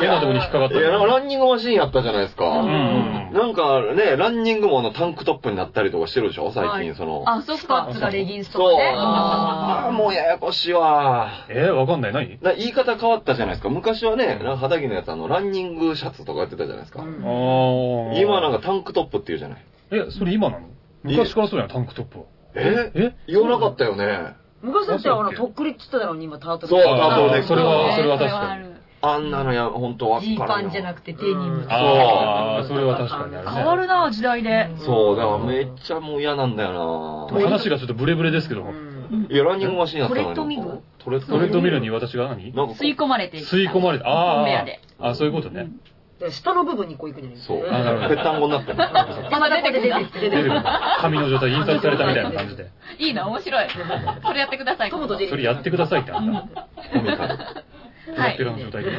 Speaker 1: 変なとこに引っかかっ
Speaker 2: い
Speaker 1: た。
Speaker 2: や、なんかランニングマシーンやったじゃないですか。
Speaker 1: うんうんうん。
Speaker 2: なんかね、ランニングもあのタンクトップになったりとかしてるでしょ最近、その。
Speaker 3: あ、そっ
Speaker 4: スパ
Speaker 3: か
Speaker 4: ッ。ツがレギンスと
Speaker 2: そう。
Speaker 4: かね。
Speaker 2: ああ、もうややこしいわ。
Speaker 1: えー、わかんない。何
Speaker 2: な言い方変わったじゃないですか。昔はね、なんか肌着のやつ、あの、ランニングシャツとかやってたじゃないですか。
Speaker 5: うん
Speaker 1: あー。
Speaker 2: 今なんかタンクトップって言うじゃない。
Speaker 1: え、それ今なの昔からそうやん、タンクトップは。
Speaker 2: え
Speaker 1: え
Speaker 2: 言わなかったよね。
Speaker 5: 昔だったら、あの、とっくりって言ってたのに、今、タートル。
Speaker 2: そうあタートルネック
Speaker 1: それは、それは確
Speaker 3: あ
Speaker 1: かに。
Speaker 3: る
Speaker 2: あんなのや、本当わ
Speaker 4: ジーパンじゃな
Speaker 2: く
Speaker 4: くてデニム。
Speaker 1: あー、それは確かにあるね。
Speaker 3: 変わるな、時代で。
Speaker 2: そう、だからめっちゃもう嫌なんだよ
Speaker 1: まあ話がちょっとブレブレですけど
Speaker 5: う
Speaker 1: も。
Speaker 5: ん
Speaker 2: な。いや、ランニングマシーンやったのに。
Speaker 4: トレッドミル
Speaker 2: トレッ
Speaker 1: トレッドミル
Speaker 2: に。
Speaker 1: に私が何
Speaker 2: なんかこう
Speaker 3: 吸い込まれていった
Speaker 1: 吸い込まれた。あ
Speaker 3: コンベ
Speaker 1: ー
Speaker 3: ヤで。
Speaker 1: あー、そういうこと
Speaker 3: う
Speaker 1: ね。
Speaker 3: ん
Speaker 5: で下の部分にこう行くんじゃない
Speaker 2: そう。ぺ
Speaker 1: あなるほど
Speaker 2: ったんこになってる。
Speaker 3: まだ出てくる
Speaker 5: 出てきて、
Speaker 1: 出
Speaker 5: 出て
Speaker 1: る
Speaker 5: くる。
Speaker 1: 紙の状態印刷されたみたいな感じで。
Speaker 3: いいな、面 白い。それやってください。
Speaker 5: トムとジェリー
Speaker 1: それやってくださいってあんな。
Speaker 2: コミカル。
Speaker 1: ペラペラの状態でね。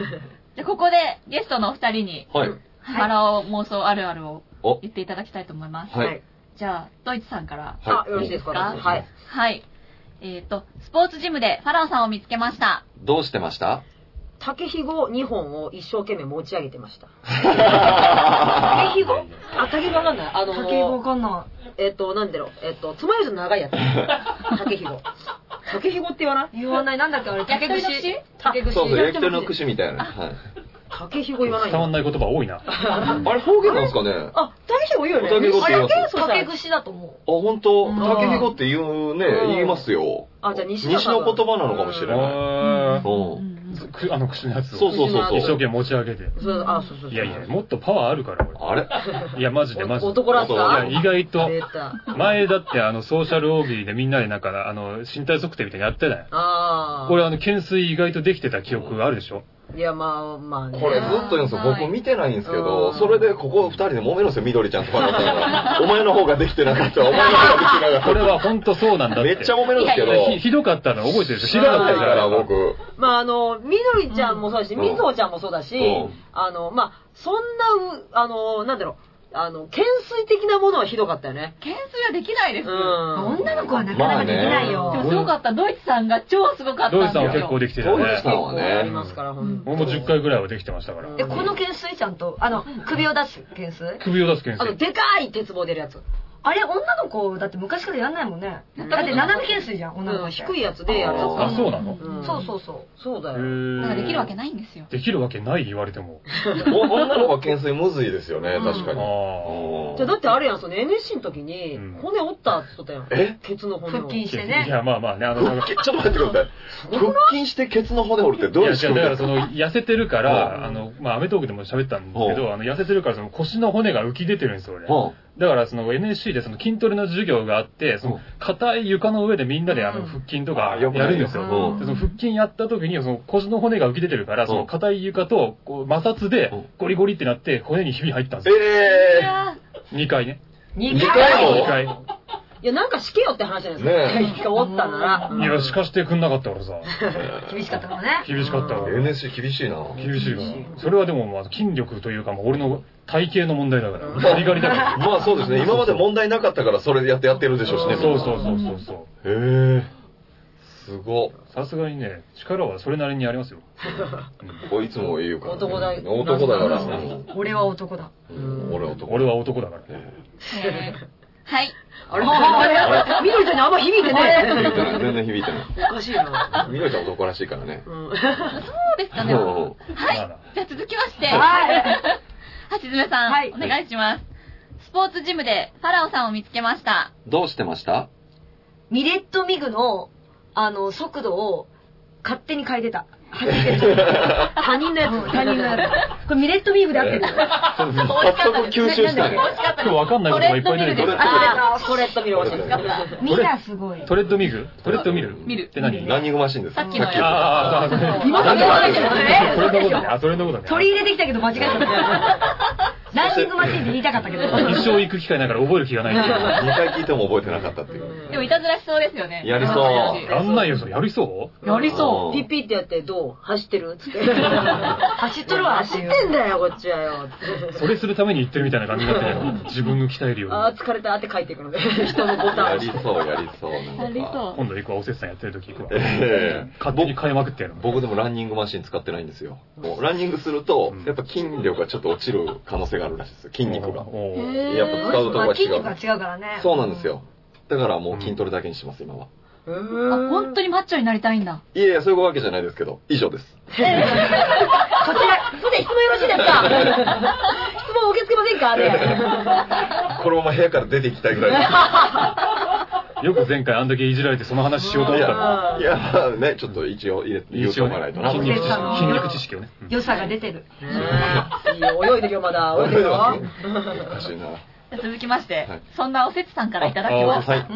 Speaker 3: じゃあここでゲストのお二人に、
Speaker 2: はい。
Speaker 3: ファラオ妄想あるあるを
Speaker 2: お、
Speaker 3: 言っていただきたいと思います。
Speaker 2: はい。
Speaker 3: じゃあ、ドイツさんから。
Speaker 5: あ、よろしいですか
Speaker 3: はい
Speaker 5: はい。
Speaker 3: はい。えっ、と、スポーツジムでファラオさんを見つけました。
Speaker 2: どうしてました
Speaker 5: 竹ひご2本を一生懸命持ち上げてました。
Speaker 4: 竹ひご
Speaker 5: あ、竹ひごわかんない。あのー
Speaker 4: 竹ひごわかんな
Speaker 5: えっと、なんだろう。えっと、つまようじの長いやつ。竹 ひご。竹ひごって言わない
Speaker 4: い。言わない。なんだっけあれ、竹
Speaker 3: 焼き
Speaker 4: 串
Speaker 3: 鳥の。
Speaker 4: 竹
Speaker 2: そう
Speaker 4: 串。
Speaker 2: そう、焼き鳥の
Speaker 4: 串。
Speaker 2: 串みたいな。はい
Speaker 5: 竹ひご言わない
Speaker 1: 伝わん
Speaker 5: よ。
Speaker 1: ない言葉多いな。
Speaker 2: あれ方言なんですかねあ、
Speaker 5: あ、竹ひご言うよね。
Speaker 2: 竹ひごって言います
Speaker 5: あれ
Speaker 4: 竹串だと思う。
Speaker 2: 本当
Speaker 4: うん
Speaker 2: 竹ひごって言うね、
Speaker 5: うん
Speaker 2: 言いますよ。
Speaker 5: あじゃあ西田
Speaker 2: 西
Speaker 5: さん
Speaker 2: の言葉なのかもしれない。
Speaker 1: あー
Speaker 2: うん
Speaker 1: ずくあの串のやつを
Speaker 2: そうそうそうそう
Speaker 1: 一生懸命持ち上げて。
Speaker 5: そうあ、そうそうそう。
Speaker 1: いやいや、もっとパワーあるから、こ
Speaker 2: あれ
Speaker 1: れいや、マジでマジで。
Speaker 5: 男らしさ
Speaker 1: いや、意外と。
Speaker 5: 出た。
Speaker 1: 前だってあの、ソーシャル大喜利でみんなでなんか、あの、身体測定みたいなのやってない。
Speaker 5: ああ。
Speaker 1: これあの、懸垂意外とできてた記憶あるでしょ
Speaker 5: いや、まあ、まあね。
Speaker 2: これずっと言うんですよ。
Speaker 3: はい
Speaker 2: 僕見てないんですけ
Speaker 5: う
Speaker 2: ど
Speaker 5: ん、
Speaker 2: それでここ二人で揉めるんですよ、緑ちゃんとかだったら。お前の方ができてなかった、お前の方ができてなか
Speaker 1: こ
Speaker 2: っ
Speaker 1: れは本当そうなんだ
Speaker 2: た。
Speaker 1: っ
Speaker 2: め
Speaker 1: て。
Speaker 2: っちゃ揉めるんですけど、
Speaker 1: ひひどかったの覚えてるでし
Speaker 2: 知
Speaker 1: ょ
Speaker 2: らないから、
Speaker 1: 知
Speaker 2: 僕。
Speaker 5: まあ、あの、みどりちゃんもそうだし、
Speaker 2: うん
Speaker 5: みずほちゃんもそうだし、
Speaker 2: うん
Speaker 5: あの、まあ、そんなう、あの、なんだろう、あの、懸垂的なものはひどかったよね。
Speaker 3: 懸垂はできないで
Speaker 5: う
Speaker 3: す。
Speaker 5: ん。
Speaker 4: 女の子はなかなかできないよ。
Speaker 3: でもすごかった。ドイツさんが超すごかった
Speaker 1: ド
Speaker 3: んで
Speaker 1: イツ
Speaker 3: す
Speaker 1: さん
Speaker 3: よ。
Speaker 1: は結構できてた
Speaker 2: ドイツ
Speaker 1: ね
Speaker 2: さ。んは
Speaker 5: あり
Speaker 2: ね。
Speaker 5: ますから、ほ
Speaker 3: うん
Speaker 5: んと
Speaker 1: 俺も10回ぐらいはできてましたから。
Speaker 5: うん
Speaker 4: え、この懸垂ちゃんと、あの、首を出す懸垂
Speaker 1: 首を出すけん
Speaker 5: あの、でかい鉄棒出るやつ。
Speaker 4: あれ、女の子だって昔からやんないもんね。だって斜め懸垂じゃん、女の
Speaker 5: う
Speaker 4: 子
Speaker 5: ん、
Speaker 4: って。
Speaker 5: 低いやつでやるやつ。
Speaker 1: あ、そうなの
Speaker 5: うん
Speaker 4: そうそうそう。
Speaker 5: そうだ
Speaker 1: へ
Speaker 5: よ。
Speaker 1: ー
Speaker 3: だからできるわけないんですよ。
Speaker 1: できるわけない言われても。
Speaker 2: お女の子は懸垂むずいですよね、
Speaker 5: うん
Speaker 2: 確かに。
Speaker 1: あ
Speaker 5: じゃあだってあれやん、その NSC の時に
Speaker 1: うん、
Speaker 5: 骨折ったって言ったやん。
Speaker 2: え
Speaker 5: ケツの骨を。
Speaker 4: 腹筋して
Speaker 1: い
Speaker 4: ね。
Speaker 1: や、まあまあね、あの、
Speaker 2: 腹筋、ちょっと待ってください。腹筋してケツの骨折るってどう
Speaker 1: い
Speaker 2: い
Speaker 1: や、
Speaker 2: う
Speaker 1: じ
Speaker 2: 仕
Speaker 1: ゃあ
Speaker 2: 組
Speaker 1: だ
Speaker 2: み
Speaker 1: か
Speaker 2: で
Speaker 1: らそ
Speaker 2: すか
Speaker 1: の、 痩せてるから、
Speaker 5: うん
Speaker 1: あの、まあ、アメトークでも喋ったんですけ
Speaker 2: う
Speaker 1: ど、あの、痩せてるから、その腰の骨が浮き出てるんですよ、俺。
Speaker 2: うん
Speaker 1: だから、その NSC でその筋トレの授業があって、そ
Speaker 2: うん
Speaker 1: の、硬い床の上でみんなであ
Speaker 4: うん
Speaker 1: の、腹筋とか
Speaker 2: あ
Speaker 1: や
Speaker 2: よくない
Speaker 1: るんですよ。
Speaker 4: よ
Speaker 1: でその腹筋やった時に、その腰の骨が浮き出てるから、そ
Speaker 2: うん
Speaker 1: の硬い床と、こう、摩擦で
Speaker 2: うん、
Speaker 1: ゴリゴリってなって、骨にひび入ったんですよ。
Speaker 3: い
Speaker 2: え
Speaker 3: や
Speaker 1: 2回ね。
Speaker 2: 二回も
Speaker 1: 2回。
Speaker 5: いや、なんかしけよって話じゃないですか。
Speaker 2: ね
Speaker 5: 一回折ったなら。
Speaker 1: いや、しかしてくんなかったからさ、
Speaker 4: 厳しかったからね。
Speaker 1: 厳しかった わ
Speaker 2: ー、。NSC 厳しいな。
Speaker 1: 厳しいから。それはでも、まあ、筋力というか、もう俺の体型の問題だから。ガリガリだから。
Speaker 2: まあそうですね、今まで問題なかったからそれでやってやってるでしょうしね。
Speaker 1: そうそうそうそうそう。
Speaker 2: へえ。すごっ。
Speaker 1: さすがにね、力はそれなりにありますよ。うん
Speaker 2: これいつも言うから、
Speaker 5: 男だ
Speaker 2: 男だから。
Speaker 5: 男だ
Speaker 4: 俺は男 だ。
Speaker 2: うん俺は男。
Speaker 1: 俺は男だから。
Speaker 3: えーはい。
Speaker 5: あれ あれみどりちゃんにあんま響い
Speaker 2: 響い
Speaker 5: て
Speaker 2: て
Speaker 5: ね
Speaker 2: ない全然響いてない。
Speaker 5: え。おかしいな。
Speaker 2: みどりちゃん男らしいからね。
Speaker 5: うん。
Speaker 3: そうですかね。は
Speaker 2: うん
Speaker 1: ま
Speaker 3: い。じゃあ続きまして、
Speaker 4: はい。
Speaker 3: 橋爪さん、
Speaker 4: はい
Speaker 3: お願いします。スポーツジムでファラオさんを見つけました。
Speaker 2: どうしてました
Speaker 4: ミレットミグの、あの、速度を勝手に変え てた。走ってた。
Speaker 5: 他人のやつ。
Speaker 4: 他人のやつ。これミレットミグで合ってる。
Speaker 2: 早速吸収したね。
Speaker 3: 惜しかった
Speaker 1: 今日わかんないことがいっぱい出てく
Speaker 2: トレ
Speaker 1: る
Speaker 2: ッ。ドミルです
Speaker 5: ああ、ストレット見るわけですか。
Speaker 4: ミがすごい。
Speaker 1: トレッドミルトレッドミル
Speaker 2: 見
Speaker 3: る
Speaker 1: って何
Speaker 2: ランニングマシンです。
Speaker 3: さっきのやつ
Speaker 1: ああ、ああ、ああ、
Speaker 4: 今
Speaker 1: そ
Speaker 4: の
Speaker 1: れの
Speaker 4: 言
Speaker 1: こ
Speaker 4: わ
Speaker 1: と
Speaker 4: ないじゃない
Speaker 1: ね。あ、それのことね。
Speaker 4: 取り入れてきたけど間違えた。 ランニングマシーンで言いたかったけど。
Speaker 1: 一生行く機会だから覚える気がないんだ
Speaker 2: 2回聞いても覚えてなかったっていう。
Speaker 3: でもいたずらしそうですよね。
Speaker 2: やりそう
Speaker 3: や
Speaker 1: けど。やんないよ、それやりそう
Speaker 5: やり
Speaker 2: そう
Speaker 5: ピッピってやって、どう走ってるつって。
Speaker 4: 走っとるわ、
Speaker 5: 走ってんだよ、こっちはよ。
Speaker 1: それするために行ってるみたいな感じになってるよ自分の鍛えるよう
Speaker 5: ああ、
Speaker 1: に。
Speaker 5: 疲れたって書いていくので、人のボタン
Speaker 2: や
Speaker 5: を押
Speaker 2: り
Speaker 5: して。
Speaker 2: そう、やりそう。なんか
Speaker 3: りそう。
Speaker 1: 今度行くわ、おせっさんやってる時行くわ。
Speaker 2: ええ
Speaker 1: 勝手に変えまくってやるの。
Speaker 2: 僕でもランニングマシン使ってないんですよ。もうランニングすると
Speaker 1: うん、
Speaker 2: やっぱ筋力がちょっと落ちる可能性があるらしいですよ、筋肉が。
Speaker 1: おう
Speaker 3: へー
Speaker 2: やっぱ使うとこ
Speaker 4: ま
Speaker 2: が
Speaker 4: あ
Speaker 2: 違
Speaker 4: 筋肉が
Speaker 2: う。
Speaker 4: 違うからね。
Speaker 2: そうなんです。よ。だからもう筋トレだけにしてます、今は。
Speaker 3: あ、本当
Speaker 5: に。
Speaker 3: にマッチョになりたいんだ。
Speaker 2: いやいや、そういうわけじゃないですけど、以上です。
Speaker 5: こちら、すいません、質問よろしいですか質問受け付けませんかね。
Speaker 2: このまま部屋から出ていきたいぐら
Speaker 1: よく前回あんだけいじられてその話しようと
Speaker 2: い。い
Speaker 1: 思ったの。
Speaker 2: や、いや、まあね、ちょっと一応入れて、言う
Speaker 1: 一
Speaker 2: と
Speaker 1: 応
Speaker 2: かない
Speaker 1: ね
Speaker 2: とな。
Speaker 1: 筋肉知
Speaker 4: そうです
Speaker 1: 識
Speaker 4: ね
Speaker 1: 筋肉知識をね。うん
Speaker 4: 良さが出てる。
Speaker 5: ねえいいよ、泳いでるよ、まだ。泳いでるよ。
Speaker 2: おかしいな。
Speaker 3: じゃあ続きまして、
Speaker 2: はい
Speaker 3: そんなおせつさんからいただき
Speaker 1: あ
Speaker 3: ま
Speaker 1: あ
Speaker 3: す。
Speaker 2: はい。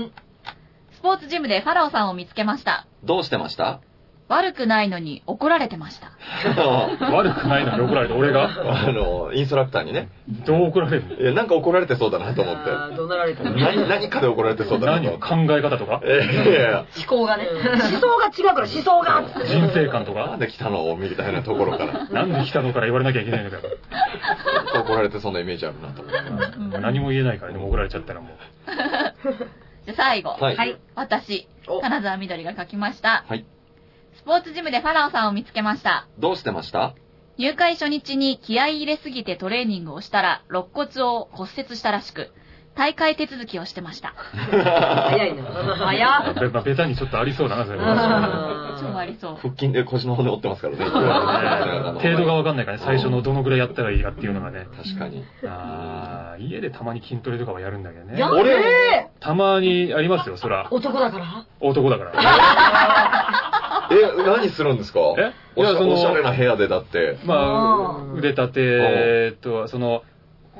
Speaker 3: スポーツジムでファラオさんを見つけました。
Speaker 2: どうしてました
Speaker 3: 悪くないのに怒られてました。
Speaker 1: 悪くないのに怒られて、俺が
Speaker 2: あの、インストラクターにね、
Speaker 1: どう怒られる
Speaker 2: いや、なんか怒られてそうだなと思って。
Speaker 5: あー怒鳴られた。
Speaker 2: 何、何かで怒られてそうだな
Speaker 1: 何
Speaker 2: と
Speaker 1: を
Speaker 2: 思って。
Speaker 1: 考え方とか
Speaker 2: えーいやいや、
Speaker 4: 思考がね。
Speaker 5: 思想が違うから、思想が
Speaker 1: 人生観と
Speaker 2: な
Speaker 1: か
Speaker 2: んで来たのみたいなところから。
Speaker 1: なんで来たのから言われなきゃいけないのかよ。
Speaker 2: 怒られてそうなイメージあるなと思って。
Speaker 1: 何も言えないからね、もう怒られちゃったらもう。
Speaker 3: じゃあ最後。
Speaker 2: はいはい
Speaker 3: 私、
Speaker 5: お
Speaker 3: 金沢みどりが書きました。
Speaker 2: はい
Speaker 3: スポーツジムでファラオさんを見つけました。
Speaker 2: どうしてました
Speaker 3: 入会初日に気合い入れすぎてトレーニングをしたら、肋骨を骨折したらしく、大会手続きをしてました。
Speaker 5: 早いな。
Speaker 4: 早っ
Speaker 1: べまあベタにちょっとありそうだな、それは。
Speaker 3: 超
Speaker 5: あ
Speaker 3: ありそう。
Speaker 2: 腹筋で腰の骨折ってますからね。
Speaker 1: 程度がわかんないからね、最初のどのぐらいやったらいいかっていうのがね。
Speaker 2: 確かに。
Speaker 1: あー家でたまに筋トレとかはやるんだけどね
Speaker 4: や。
Speaker 2: 俺
Speaker 1: たまにありますよ、そら。
Speaker 4: 男だから
Speaker 1: 男だから。
Speaker 2: え、何するんですか
Speaker 1: え
Speaker 2: おしゃ
Speaker 1: いやその
Speaker 2: おしゃれな部屋でだって。
Speaker 1: ま
Speaker 5: う
Speaker 1: あ、
Speaker 5: ん
Speaker 1: 腕立てと、その、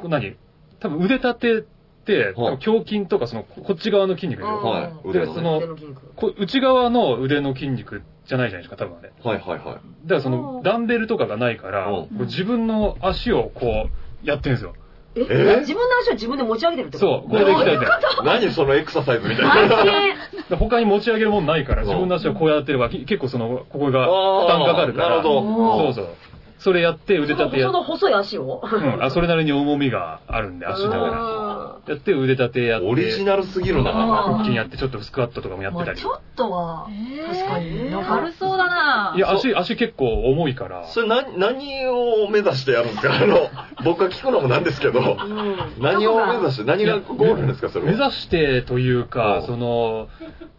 Speaker 1: 何多分腕立てって、
Speaker 2: はい
Speaker 1: 胸筋とかその、こっち側の筋肉でし
Speaker 4: うん
Speaker 1: ょ
Speaker 2: はい。腕の
Speaker 1: そ
Speaker 2: ね。
Speaker 1: の
Speaker 5: 腕の筋肉
Speaker 1: こ内側の腕の筋肉じゃないじゃないですか、多分あれ。
Speaker 2: はいはいはい。
Speaker 1: だからその、ダンベルとかがないから、
Speaker 2: うん
Speaker 1: こう自分の足をこう、やってるんですよ。
Speaker 5: え
Speaker 2: え
Speaker 5: 自分の足を自分で持ち上げてるってこと
Speaker 1: そう、これで鍛えてる。
Speaker 2: 何そのエクササイズみたい
Speaker 4: 関
Speaker 2: な。
Speaker 4: 係
Speaker 1: で他に持ち上げるもんないから、
Speaker 2: うん
Speaker 1: 自分の足をこうやってれば、き結構その、ここが
Speaker 2: あー
Speaker 1: 負担かかるから。
Speaker 2: なるほ
Speaker 1: そ
Speaker 2: ど
Speaker 1: う。そう。それやって腕立てや
Speaker 5: そ、の細い足を。
Speaker 1: うん、あ、それなりに重みがあるんで、足だか
Speaker 5: あ
Speaker 1: ら。やって腕立てやって。
Speaker 2: オリジナルすぎるな。
Speaker 1: 腹筋やって、ちょっとスクワットとかもやって
Speaker 4: ま
Speaker 1: た
Speaker 4: あ
Speaker 1: り
Speaker 4: ち。ょっとは、確かに
Speaker 5: えー
Speaker 3: 軽そうだない
Speaker 1: や、足、足結構重いから。
Speaker 2: それ何、何を目指してやるんですかあ の、僕が聞くのもなんですけど、
Speaker 5: ーうん
Speaker 2: 何を目指して、何がゴールですかそれ
Speaker 1: 目
Speaker 2: は。
Speaker 1: 指してという
Speaker 2: う
Speaker 1: か
Speaker 2: ん、
Speaker 1: その、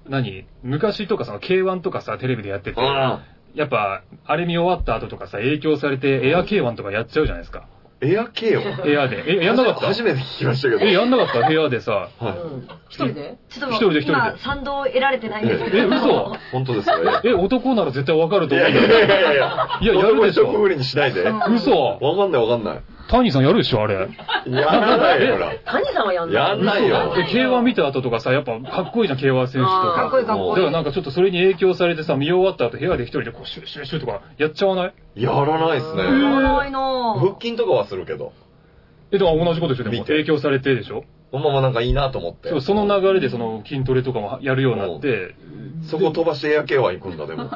Speaker 1: 何昔とかその K1 とかさ、テレビでやってて、
Speaker 2: あ
Speaker 1: やっぱ、あれ見終わった後とかさ、影響されて、エア K1 とかやっちゃうじゃないですか。
Speaker 2: あ、エア系を。
Speaker 1: エアで。え、やんなかった
Speaker 2: 初めて聞きましたけど。
Speaker 1: え、やんなかった部屋でさ。
Speaker 2: はい。
Speaker 5: うん一人で
Speaker 4: ちょっ
Speaker 1: 一人
Speaker 4: と
Speaker 1: で一人で
Speaker 4: 今、賛同得られてないんですけど。
Speaker 1: え、嘘
Speaker 2: 本当ですよね。
Speaker 1: え、男なら絶対わかる
Speaker 2: い
Speaker 1: と思う
Speaker 2: やい
Speaker 1: んだ
Speaker 2: やい
Speaker 1: けど。
Speaker 2: やいやいや。
Speaker 1: いややるでしょ
Speaker 2: 男に無理にしないで。わ
Speaker 1: 嘘
Speaker 2: かんないわかんない。
Speaker 1: 谷さんやるでしょあれ。
Speaker 2: やらないよ、ほら。
Speaker 5: 谷さんはやんない。
Speaker 2: やんないよ。
Speaker 1: え、K1 見た後とかさ、やっぱかっこいいじゃん、K1 選手と
Speaker 5: あーか
Speaker 1: か
Speaker 5: っこいい
Speaker 1: だ
Speaker 5: かっ
Speaker 2: も
Speaker 5: こ
Speaker 2: う
Speaker 5: い
Speaker 1: か
Speaker 5: い
Speaker 1: ら。なんかちょっとそれに影響されてさ、見終わった後部屋で一人でこうシュッシュッシュッとかやっちゃわない
Speaker 2: やらないです
Speaker 5: え
Speaker 2: ね。
Speaker 5: ー
Speaker 4: ないなぁ
Speaker 2: 腹筋とかはするけど。
Speaker 1: え、でも同じことでしょでも
Speaker 2: 見て
Speaker 1: 影響されてでしょ
Speaker 2: このままなんかいいなと思って
Speaker 1: そう。その流れでその筋トレとかもやるようになって、
Speaker 2: そこ飛ばしてエア系は行くんだ、で
Speaker 1: う
Speaker 2: も。
Speaker 1: ん。エ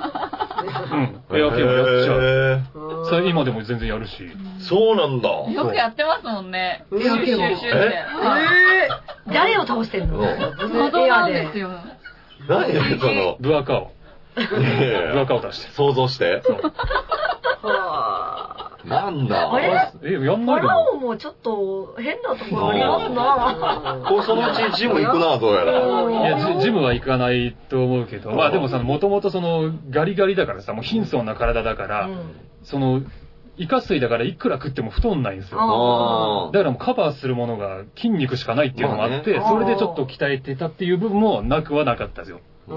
Speaker 1: ア K1 やっちゃう。
Speaker 2: へ
Speaker 5: うん
Speaker 1: さ今でも全然やるし。
Speaker 2: ーそうなんだ。
Speaker 3: よくやってますもんね。
Speaker 5: うん
Speaker 3: シュッシュッシュッって
Speaker 2: え。
Speaker 3: はい
Speaker 4: 誰を倒してんの
Speaker 2: うん
Speaker 3: 謎なんですよ。
Speaker 2: 何その、
Speaker 1: ブアカを。
Speaker 2: いやい
Speaker 1: ブア
Speaker 2: や
Speaker 1: カを出して。
Speaker 2: 想像して。
Speaker 5: は
Speaker 2: なんだ。
Speaker 4: あれ
Speaker 1: え、やんない
Speaker 4: 笑
Speaker 1: けど。
Speaker 4: おうもちょっと変なところありますなぁ。
Speaker 5: あ
Speaker 2: こうそのうちジム行くな、どうやら。
Speaker 1: いやジ、ジムは行かないと思うけど、まあでもさ、もともとその、ガリガリだからさ、もう貧相な体だから、その、イカ水だからいくら食っても太んないんですよ。
Speaker 2: あ
Speaker 1: だか
Speaker 2: ー
Speaker 1: らもうカバーするものが筋肉しかないっていうのもあって、
Speaker 2: ま
Speaker 4: あ
Speaker 1: そ
Speaker 4: ね
Speaker 1: れでちょっと鍛えてたっていう部分もなくはなかったですよ。
Speaker 5: うん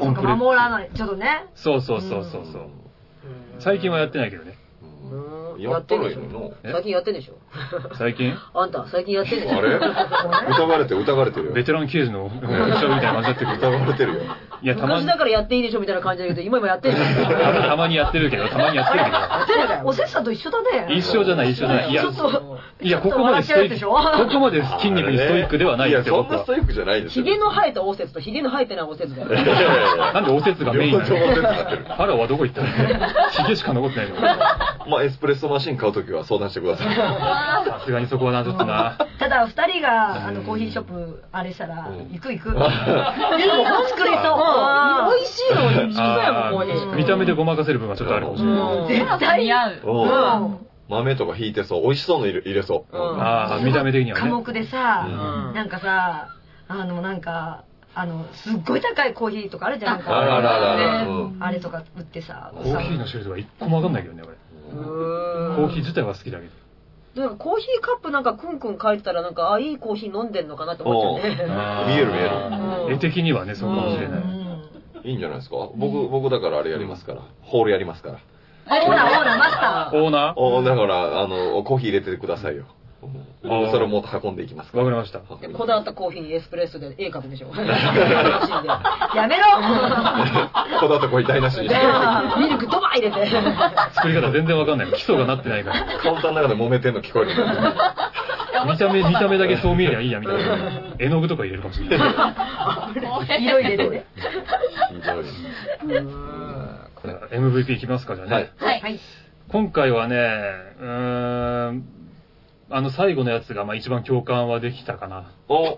Speaker 1: コンプレックス
Speaker 4: 守らない。ちょっとね。
Speaker 1: そうそうそうそうそう。最近はやってないけどね。
Speaker 5: うん
Speaker 2: やっとる
Speaker 5: やってんでし
Speaker 2: の
Speaker 5: ょ最近やってんでしょ
Speaker 1: え最近
Speaker 5: あんた、最近やってんでしょ
Speaker 2: あれ疑われてる疑われてるよ。
Speaker 1: ベテラン刑事の副長みたいな感じになってく る
Speaker 2: 疑われてるよ。
Speaker 1: いや、たま
Speaker 5: 昔
Speaker 1: に、
Speaker 5: だからやっていいでしょみたいな感じだけど、今もやっ てんじゃん。
Speaker 1: たまにやってるけど、たまにやってるけ
Speaker 5: ってんだよ
Speaker 4: おせっさと一緒だ
Speaker 1: ど。一
Speaker 4: ね。
Speaker 1: 緒じゃない、一緒じゃない。いや
Speaker 4: ちょ、っと、
Speaker 1: いや、ここまでストイック、
Speaker 4: ち
Speaker 1: こ
Speaker 4: ょっと笑っちゃうでしょ
Speaker 1: こまで筋肉にストイックではない
Speaker 2: い
Speaker 1: で
Speaker 2: や、
Speaker 1: すよ、
Speaker 2: そん
Speaker 1: 僕
Speaker 2: なス
Speaker 1: は。
Speaker 2: トイックじゃないです
Speaker 5: ヒ
Speaker 2: よ。
Speaker 5: ゲの生えたお節とヒゲの生えてないお節だよ。
Speaker 2: いやい やいや
Speaker 1: なんでお説がメインな
Speaker 2: 両方ともお節になってる
Speaker 1: のハローはどこ行ったのヒゲしか残ってないの
Speaker 2: まあ、エスプレッソマシン買うときは相談してください。
Speaker 1: さすがにそこはな、ちょっとな。
Speaker 4: ただ二人が、あの、コーヒーショップ、あれしたら
Speaker 2: うん、
Speaker 4: 行く行く。でも、作れそう。
Speaker 5: 美味しいのに、好きだよ、ここに。
Speaker 1: ー見た目でごまかせる分はちょっとあるかもしれない。
Speaker 5: うん
Speaker 4: 絶対
Speaker 3: 似合う。
Speaker 2: おう
Speaker 4: うん
Speaker 2: 豆とか引いてそう。美味しそうの入れ入れそう。
Speaker 5: うん
Speaker 1: ああ、見た目的には
Speaker 4: 科
Speaker 1: ね。
Speaker 4: 目で
Speaker 2: う
Speaker 4: さ、
Speaker 5: ん
Speaker 4: なんかさ、あの、なんか、あの、すっごい高いコーヒーとかあるじゃん。なんか
Speaker 2: あらららら
Speaker 4: ね
Speaker 2: うん
Speaker 4: あれとか売ってさ、
Speaker 1: コーヒーの種類とか一個もわかんないけどね、俺。
Speaker 5: うん
Speaker 1: コーヒー自体は好きだけど。
Speaker 5: なんかコーヒーカップなんかクンクン書いてたらなんか、あ、いいコーヒー飲んでんのかなって思っちゃうね。
Speaker 1: あー
Speaker 2: 見える見え
Speaker 5: る
Speaker 1: 絵的にはね、そうかもしれな
Speaker 4: う
Speaker 1: い。
Speaker 4: ん
Speaker 2: いいんじゃないですか僕、僕だからあれやりますから。ホールやりますから。
Speaker 4: オーラ、オーラ、マスタ
Speaker 1: オーナー
Speaker 2: おだから、あの、コーヒー入れてくださいよ。
Speaker 1: あー
Speaker 2: それをもっと運んでいきますから
Speaker 1: わかりました。
Speaker 2: 運んで
Speaker 5: で
Speaker 2: いきます
Speaker 5: こだわったコーヒーにエスプレッソで A 株でしょ。やめろ
Speaker 2: こだわったコーヒー台無しにして
Speaker 5: ミルクドバー入れて。
Speaker 1: 作り方全然わかんない。基礎がなってないから。
Speaker 2: カウンターの中で揉めてんの聞こえるな
Speaker 1: 見た目、見た目だけそう見えりゃいいや、みたいな。絵の具とか入れるかもしれない。
Speaker 5: 色入れてね。
Speaker 2: ひどい
Speaker 1: これ MVP いきますか、じゃあね。
Speaker 2: はい
Speaker 3: はい。
Speaker 1: 今回はね、うーん、あの最後のやつがまあ一番共感はできたかな。
Speaker 2: お
Speaker 3: はい、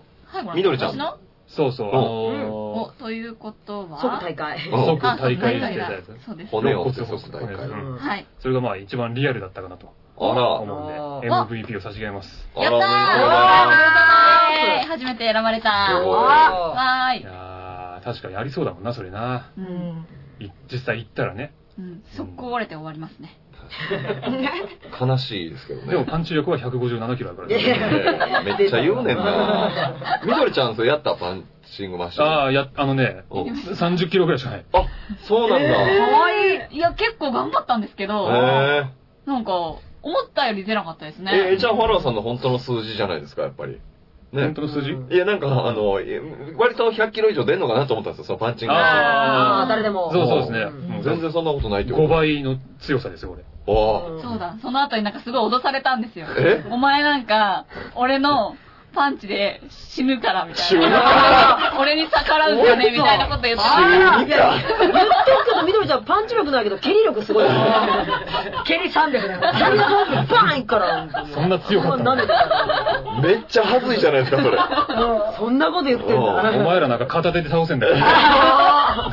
Speaker 2: みどりちゃん
Speaker 3: 私の
Speaker 1: そうそう、あ
Speaker 3: お
Speaker 1: の、
Speaker 3: ということは、
Speaker 5: 即大会。
Speaker 2: お
Speaker 1: 即
Speaker 3: あ
Speaker 1: 大会出て
Speaker 3: 即大
Speaker 1: た
Speaker 3: 会
Speaker 1: や
Speaker 3: だ
Speaker 1: つ。
Speaker 3: そうです。
Speaker 2: 骨を折って即大会
Speaker 1: うん
Speaker 3: はい。
Speaker 1: それがまあ一番リアルだったかなと
Speaker 2: あら
Speaker 1: 思うんで、
Speaker 3: あー
Speaker 1: MVP を差し上げます。
Speaker 2: あ
Speaker 3: やったー
Speaker 5: あ
Speaker 3: イエーイ初めて選ばれた
Speaker 2: すごい
Speaker 5: あ
Speaker 3: わー
Speaker 1: い
Speaker 3: い。
Speaker 1: やー、確かにありそうだもんな、それな。
Speaker 3: う
Speaker 5: ー
Speaker 3: ん。
Speaker 1: い実際行ったらね。
Speaker 3: うん。速攻折れて終わりますね。
Speaker 2: 悲しいですけどね
Speaker 1: でもパンチ力は157キロあるから
Speaker 5: いやい
Speaker 1: ね。
Speaker 2: えーめっちゃ言うねんなみどりちゃんそれやったパンチングマシン
Speaker 1: ああ、や、あのね、
Speaker 2: お
Speaker 1: 30キロぐらいしかない。
Speaker 2: あそうなん
Speaker 3: か
Speaker 2: だ
Speaker 3: わいい。いや、結構頑張ったんですけど、
Speaker 2: へー
Speaker 3: なんか、思ったより出なかったです
Speaker 2: え、え
Speaker 3: ね。
Speaker 2: じゃあファラーさんの本当の数字じゃないですか、やっぱり。ね
Speaker 1: 本当。の数字
Speaker 5: うん
Speaker 2: いや、なんか、あの、いや割と100キロ以上出んのかなと思ったんですよ、そのパンチング
Speaker 1: あ
Speaker 2: マ
Speaker 5: あー誰でも。
Speaker 1: そうそうですね。
Speaker 5: うん
Speaker 1: もう全
Speaker 2: 全
Speaker 1: 然
Speaker 2: 然そんなことないってこと。
Speaker 1: 5。倍の強さですよ、俺。
Speaker 2: おー
Speaker 3: そうだ、その後になんかすごい脅されたんですよ。
Speaker 2: え
Speaker 3: お前なんか、俺のパンチで死ぬからみた
Speaker 2: 死
Speaker 3: い
Speaker 2: ぬ
Speaker 3: な。俺に逆らうんじゃねえみたいなこと言って
Speaker 5: あら
Speaker 2: 死ぬか
Speaker 5: 言っとくけど、みどりちゃんパンチ力ないけど、蹴り力すごいよ。蹴り300だよ。左の方向バーンいくから。
Speaker 1: そんな強かった
Speaker 5: なんでだよ
Speaker 2: めっちゃ恥ずいじゃないですか、それ。
Speaker 5: そんなこと言ってんだ。
Speaker 1: お前らなんか片手で倒せんだよ。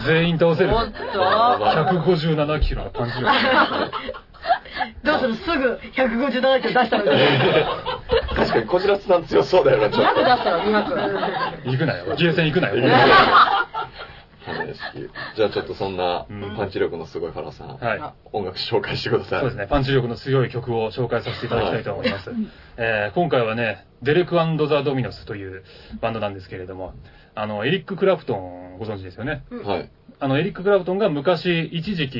Speaker 1: 全員倒せる。
Speaker 5: おっと。
Speaker 1: 157キロのパンチ力。
Speaker 5: どうするすぐ157キロ出したのに。
Speaker 2: 確かに、こじらつさん強そうだよな、ちょっ
Speaker 5: 200出
Speaker 2: と。
Speaker 5: したら200。
Speaker 1: 行くなよ。ゲーセン行くなよ。
Speaker 2: はい好きじゃあちょっとそんな
Speaker 1: うん
Speaker 2: パンチ力のすごいファラーさん、
Speaker 1: はい。
Speaker 2: 音楽紹介してください。
Speaker 1: そうですね。パンチ力の強い曲を紹介させていただきたいと思います。えー今回はね、デレクザ・ドミノスというバンドなんですけれども、あの、エリック・クラプトンご存知ですよね。
Speaker 2: はい。
Speaker 1: あの、エリック・クラプトンが昔、一時期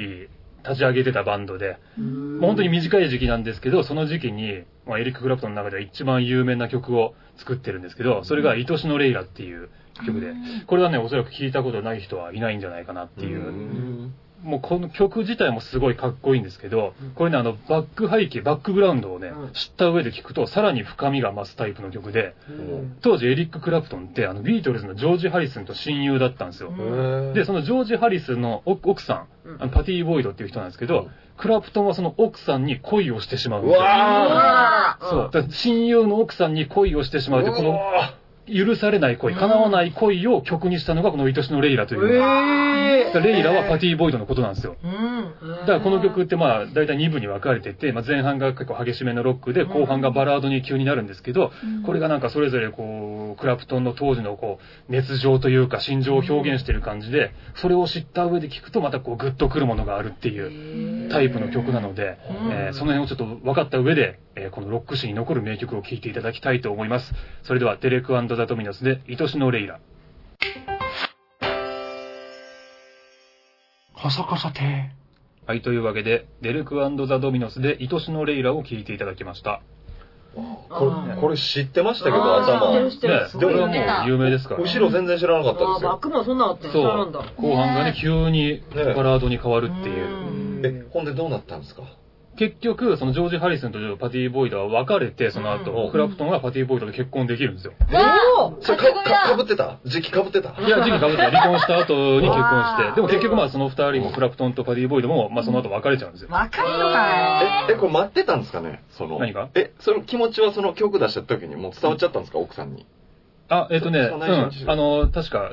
Speaker 1: 立ち上げてたバンドで、もう本当に短い時期なんですけど、その時期に、まあ、エリック・クラプトンの中では一番有名な曲を作ってるんですけど、それが愛しのレイラっていう曲で、これはね、おそらく聴いたことない人はいないんじゃないかなっていうう。
Speaker 2: ん
Speaker 1: もうこの曲自体もすごいかっこいいんですけど、これね、あの、バック背景、バックグラウンドをね、
Speaker 5: うん
Speaker 1: 知った上で聴くと、さらに深みが増すタイプの曲で、
Speaker 5: うん
Speaker 1: 当時エリック・クラプトンって、あの、ビートルズのジョージ・ハリスンと親友だったんですよ。
Speaker 5: うん
Speaker 2: へー
Speaker 1: で、そのジョージ・ハリスの奥奥さん、あのパティ・ボイドっていう人なんですけど、クラプトンはその奥さんに恋をしてしまうん
Speaker 2: う
Speaker 1: ですよ。
Speaker 2: わ
Speaker 1: そう。だから親友の奥さんに恋をしてし
Speaker 2: ー
Speaker 1: まうという、こ
Speaker 2: う
Speaker 1: の
Speaker 2: わ
Speaker 1: 許されない恋、叶わない恋を曲にしたのがこの愛しのレイラという。
Speaker 5: え
Speaker 1: だからレイラはパティ・ボイドのことなんですよ。だからこの曲ってまあ大体2部に分かれてて、まあ、前半が結構激しめのロックで後半がバラードに急になるんですけど、これがなんかそれぞれこう、クラプトンの当時のこう、熱情というか心情を表現してる感じで、それを知った上で聞くとまたこうグッとくるものがあるっていうタイプの曲なので、えーその辺をちょっと分かった上で、えーこのロック史に残る名曲を聴いていただきたいと思います。それではデレクザ・ドミノスで愛しのレイラ。
Speaker 6: こそこそて
Speaker 1: はい、というわけで、デレクザ・ドミノスで愛しのレイラを聴いていただきました。
Speaker 2: これ、これ知ってましたけど、
Speaker 5: あー
Speaker 2: 頭。
Speaker 5: 知ってる知ってる
Speaker 1: ね、これはもう有名ですから。
Speaker 2: 後ろ全然知らなかった
Speaker 5: あ
Speaker 2: ん
Speaker 5: あ、
Speaker 2: で
Speaker 5: バックもそんなあった
Speaker 1: そう
Speaker 5: なんだ。
Speaker 1: 後半がね、急にバラードに変わるっていう。
Speaker 2: すよ。え、ほんでどうなったんですか
Speaker 1: 結局、そのジョージ・ハリスンとパティ・ボイドは別れて、その後、
Speaker 2: うん
Speaker 1: クラプトンはパティ・ボイドと結婚できるんですよ。
Speaker 5: お
Speaker 2: それかかかぶってた時期かぶってた
Speaker 1: いや、時期かぶって離婚した後に結婚し
Speaker 5: う
Speaker 1: て、
Speaker 5: わ
Speaker 1: でも結局まあその二人もクラプトンとパティ・ボイドも、まあその後別れちゃうんですよ。
Speaker 5: 若いのか
Speaker 2: え、え、これ待ってたんですかねその。
Speaker 1: 何が
Speaker 2: え、その気持ちはその曲出した時にもう伝わっちゃったんですか奥さんに。
Speaker 1: あ、えっ、とね、、
Speaker 2: そううんそう
Speaker 1: あの、確か、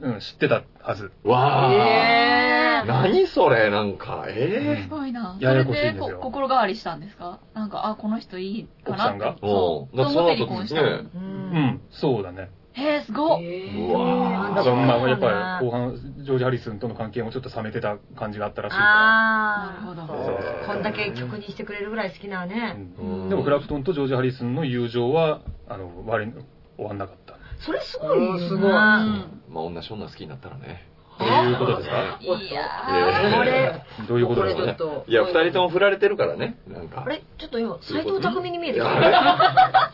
Speaker 1: うん、知ってたはず。
Speaker 2: わー。
Speaker 3: えー
Speaker 2: 何それなんか、え
Speaker 3: すごいな。そ
Speaker 1: やや
Speaker 3: れ
Speaker 1: こしいん
Speaker 3: で
Speaker 1: ですよ
Speaker 3: こ心変わりしたんですかなんか、あ、この人いいか
Speaker 1: 奥さん
Speaker 3: な
Speaker 1: が
Speaker 2: ー。
Speaker 3: そう。
Speaker 2: だ
Speaker 3: と
Speaker 2: から
Speaker 3: 思って
Speaker 2: そ
Speaker 3: 離婚
Speaker 2: の後
Speaker 3: した。
Speaker 2: ね。
Speaker 5: う。
Speaker 1: うんん、そうだね。
Speaker 3: へえ、すごっ。
Speaker 2: うわー
Speaker 1: だからまあやっぱり後半、ジョージ・ハリスンとの関係もちょっと冷めてた感じがあったらしいか
Speaker 3: なるほ
Speaker 4: あ
Speaker 3: ど。
Speaker 1: ら。
Speaker 2: ー
Speaker 1: そうそう
Speaker 4: あ。こんだけ曲にしてくれるぐらい好きな
Speaker 1: う
Speaker 4: ね。
Speaker 1: ん
Speaker 2: うん
Speaker 1: でもクラプトンとジョージ・ハリスンの友情は、あの、割れ、終わんなかった。
Speaker 4: それすごいよな。
Speaker 5: うんすごい
Speaker 2: まあ同じ女好きになったらね。
Speaker 1: どういうことですか
Speaker 3: いや
Speaker 2: いやいやいや
Speaker 5: これ、
Speaker 1: どういうことです
Speaker 5: これちょっ
Speaker 1: か
Speaker 5: と。
Speaker 2: いや、二人とも振られてるからね。なんか。
Speaker 4: あれちょっと今、斎藤匠に見え
Speaker 2: い
Speaker 4: てき
Speaker 2: や
Speaker 4: た。
Speaker 2: あ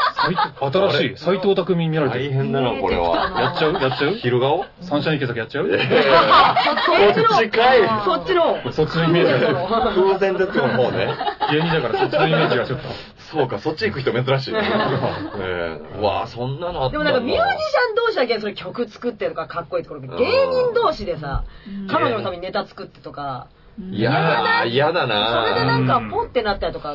Speaker 1: 新しい。斎藤匠に見ら
Speaker 2: れ
Speaker 1: れて
Speaker 2: 大
Speaker 1: る。
Speaker 2: 変だな、これは。
Speaker 1: やっちゃうやっちゃう
Speaker 2: 昼顔
Speaker 1: サンシャイン池崎やっちゃう
Speaker 2: いやいやいやこっちかい
Speaker 5: そっちの。
Speaker 1: そっちのイメージがね
Speaker 2: 風船ですよ、もうね。
Speaker 1: 芸人だからそっちのイメージがちょっと。
Speaker 2: そうか、そっち行く人珍 しいね。ええわあ、そんなのあった
Speaker 5: でもなんかミュージシャン同士だけそれ曲作ってとかかっこいいところ、芸人同士でさ、彼女のためにネタ作ってとか、
Speaker 2: いやだ、嫌だ
Speaker 5: それで
Speaker 2: な。
Speaker 5: なんかポンってなったりとか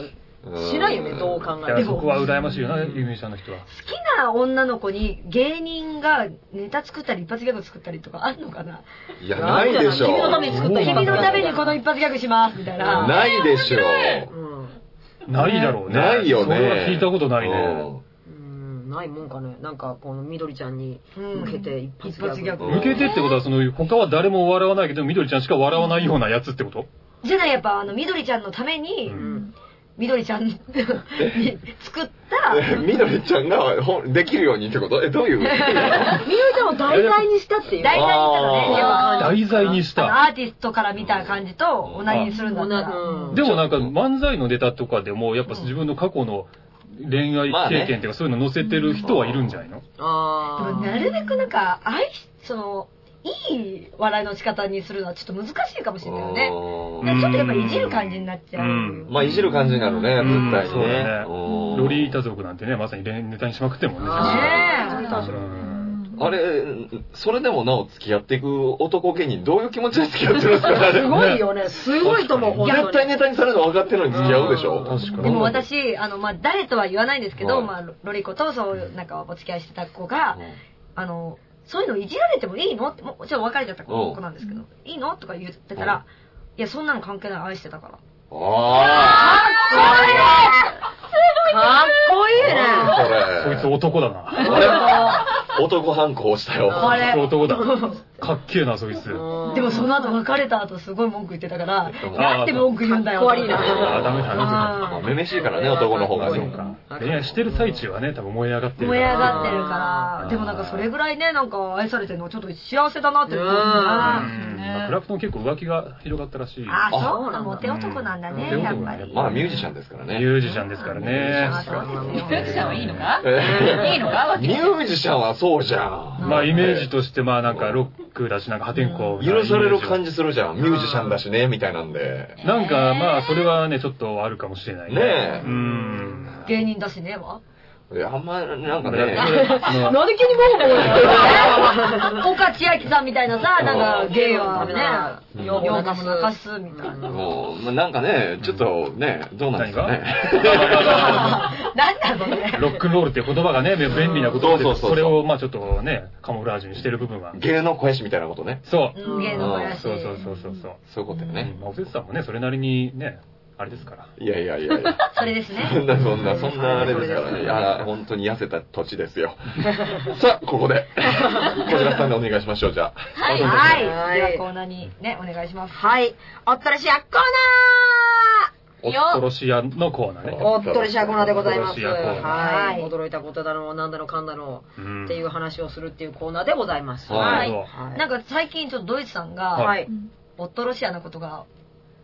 Speaker 5: しないよね、どう考
Speaker 1: だ
Speaker 5: え
Speaker 1: か
Speaker 5: て
Speaker 1: らそこ
Speaker 5: も。
Speaker 1: は羨ましいよな、有名者の人は。
Speaker 4: 好きな女の子に芸人がネタ作ったり一発ギャグ作ったりとかあるのかない
Speaker 2: や、ないでしょ。
Speaker 5: 君のために作った
Speaker 4: 君のためにこの一発ギャグしますみたいな。
Speaker 2: ないでしょ。
Speaker 5: うん
Speaker 1: ないだろうね。
Speaker 2: ないよね。
Speaker 1: それは聞いたことないね。
Speaker 5: うんないもんかね。なんか、この緑ちゃんに
Speaker 4: うん
Speaker 5: 向けて一
Speaker 4: 一発
Speaker 5: 発
Speaker 4: ギ
Speaker 5: ギ
Speaker 4: ャ
Speaker 5: ャ
Speaker 4: グ
Speaker 5: グ。
Speaker 2: うん
Speaker 1: 向けてってことは、その、他は誰も笑わないけど、緑ちゃんしか笑わないようなやつってこと
Speaker 4: じゃない、やっぱあの、みどりちゃんのために
Speaker 1: う
Speaker 5: う、
Speaker 1: ん
Speaker 5: ん
Speaker 4: みどりちゃんに作った、
Speaker 2: えみどりちゃんがほんできるようにってことえ、どう いう
Speaker 5: ミュージシャンを題材にしたっていう。
Speaker 4: 題材にしたの
Speaker 2: あ
Speaker 4: ね、
Speaker 2: ー
Speaker 4: やっぱあの
Speaker 1: 題材にし
Speaker 4: あ
Speaker 1: た。
Speaker 4: のアーティストから見た感じと同じにするんだったら。
Speaker 5: うん
Speaker 1: でもなんか、漫才のネタとかでも、やっぱ自分の過去の恋愛経験っていうか、そういうの載せてる人はいるんじゃないの
Speaker 4: で
Speaker 5: あー
Speaker 4: もなるべくなんか、愛し、その、いい笑いの仕方にするのはちょっと難しいかもしれないよね。
Speaker 1: う
Speaker 4: なん
Speaker 2: ね。
Speaker 4: んかちょっとやっぱいじる感じになっちゃう。
Speaker 1: うん
Speaker 2: まあ、いじる感じになるね、
Speaker 1: うん
Speaker 2: 絶対
Speaker 1: そう
Speaker 2: に
Speaker 1: だ
Speaker 2: ね
Speaker 1: ね。
Speaker 2: うん
Speaker 1: ロリータ族なんてね、まさにネタにしまくってるもんね。
Speaker 5: あー
Speaker 4: ねえ
Speaker 5: 確かに
Speaker 1: うん
Speaker 2: あれ、それでもなお付き合っていく男芸人、どういう気持ちで付き合ってるんですかあれ
Speaker 5: すごいよね。 すごいと思う、本
Speaker 2: 絶
Speaker 5: 当
Speaker 2: 対
Speaker 5: に。
Speaker 2: ネタにされるの分かってるのに付き合うでしょ
Speaker 1: うん確かに
Speaker 4: でも私、あの、まあ、誰とは言わないんですけど、
Speaker 2: はい
Speaker 4: まあ、ロリコと、そういう、なんか、お付き合いしてた子が、あの、そういうのいじられてもいいのって、もうちょっと別れちゃった
Speaker 2: お
Speaker 4: 子
Speaker 2: う
Speaker 4: なんですけど、いいのとか言ってたら、いや、そんなの関係ない、愛してたから。
Speaker 2: あ
Speaker 5: かっこいいね。
Speaker 2: あこれ
Speaker 1: こいつ男だな。
Speaker 2: 男反抗したよ
Speaker 5: あれ
Speaker 1: 男だ。かっけえな、そいつ。
Speaker 4: で も、その後、
Speaker 5: か
Speaker 4: 別れた後、すごい文句言ってたから、
Speaker 2: うん
Speaker 4: なんで文句言うんだよ。
Speaker 5: かっこ悪いな
Speaker 1: あーダメだ
Speaker 4: あー
Speaker 2: まあめめしいからね男の方が
Speaker 1: あ、
Speaker 5: そ
Speaker 1: そうう
Speaker 5: か
Speaker 1: か。恋愛してる最中はね、多分燃え上がってるか
Speaker 4: 燃え上
Speaker 1: ら。
Speaker 4: がってるか
Speaker 1: あ
Speaker 4: ら、
Speaker 1: ー
Speaker 4: でもなんかそれぐらいね、なんか愛されてるのちょっと幸せだなって思う
Speaker 1: うん
Speaker 4: な。
Speaker 1: まあクラプトン結構浮気が広がったらしい。
Speaker 4: ああ、
Speaker 2: あ
Speaker 4: そうか、モテ男なんだね、
Speaker 1: うん
Speaker 4: やっぱり。
Speaker 2: まあミュージシャンですから
Speaker 1: ミ
Speaker 2: ね
Speaker 1: ュージシャンですから
Speaker 4: あ
Speaker 1: ね。
Speaker 4: そうです
Speaker 3: ミュ
Speaker 4: ね
Speaker 3: ージシャンはいいのか
Speaker 2: え
Speaker 3: いいのか
Speaker 2: ミュージシャンはそうじゃん
Speaker 1: まあイメージとして、まあなんかロックだし、なんか破天荒。
Speaker 2: 許される感
Speaker 1: じ。
Speaker 2: じするじゃんミュージシャンだしねみたいなんで
Speaker 1: なんかまあそれはね、ちょっとあるかもしれない
Speaker 2: ねえ
Speaker 1: うん。
Speaker 4: 芸人だしね、わ。
Speaker 2: いやあんまなんか
Speaker 1: だか
Speaker 2: ね
Speaker 1: らそれその
Speaker 5: なんで急にもうもう
Speaker 4: 岡千秋さんみたいなさ、なんか芸は
Speaker 5: う
Speaker 4: ね、
Speaker 5: ん
Speaker 4: ようかも泣かすみたいな。
Speaker 2: もうまあなんかねちょっとねどう なんですかね
Speaker 4: なんだろうね。
Speaker 1: ロックンロールっていう言葉がね、便利な言葉
Speaker 2: そうそう
Speaker 1: で、
Speaker 2: そうそう
Speaker 1: それをまあちょっとね、カモフラージュにしてる部分は。
Speaker 2: 芸能肥やしみたいなことね
Speaker 1: そう。
Speaker 4: 芸の子やし。
Speaker 1: そうそうそうそうそう。
Speaker 2: そういうことよね
Speaker 1: まあおせつさんもね、それなりにね、あれですから。
Speaker 2: いやいやいやいや
Speaker 4: それですね。
Speaker 2: そん な、そんな、そんなあれですからね。いや、本当に痩せた土地ですよ。さあ、ここで。小倉さんでお願いしましょう、じゃあ。
Speaker 4: はい。
Speaker 5: は
Speaker 4: はいい。ではコーナーにね、お願いします。
Speaker 5: はい。おっとりしやコー
Speaker 1: おっとろし屋のコーナーね。
Speaker 5: ナーおっとりしやコーナーでございます。
Speaker 1: おっとりしやコーナ
Speaker 5: は
Speaker 4: ー
Speaker 5: い。驚いたことだの、なんだのかんだの、
Speaker 1: うん
Speaker 5: っていう話をするっていうコーナーでございます。
Speaker 2: はい
Speaker 5: はい
Speaker 4: なんか最近ちょっとドイツさん
Speaker 1: は
Speaker 4: が、
Speaker 5: はい。
Speaker 4: ボットロシアのことが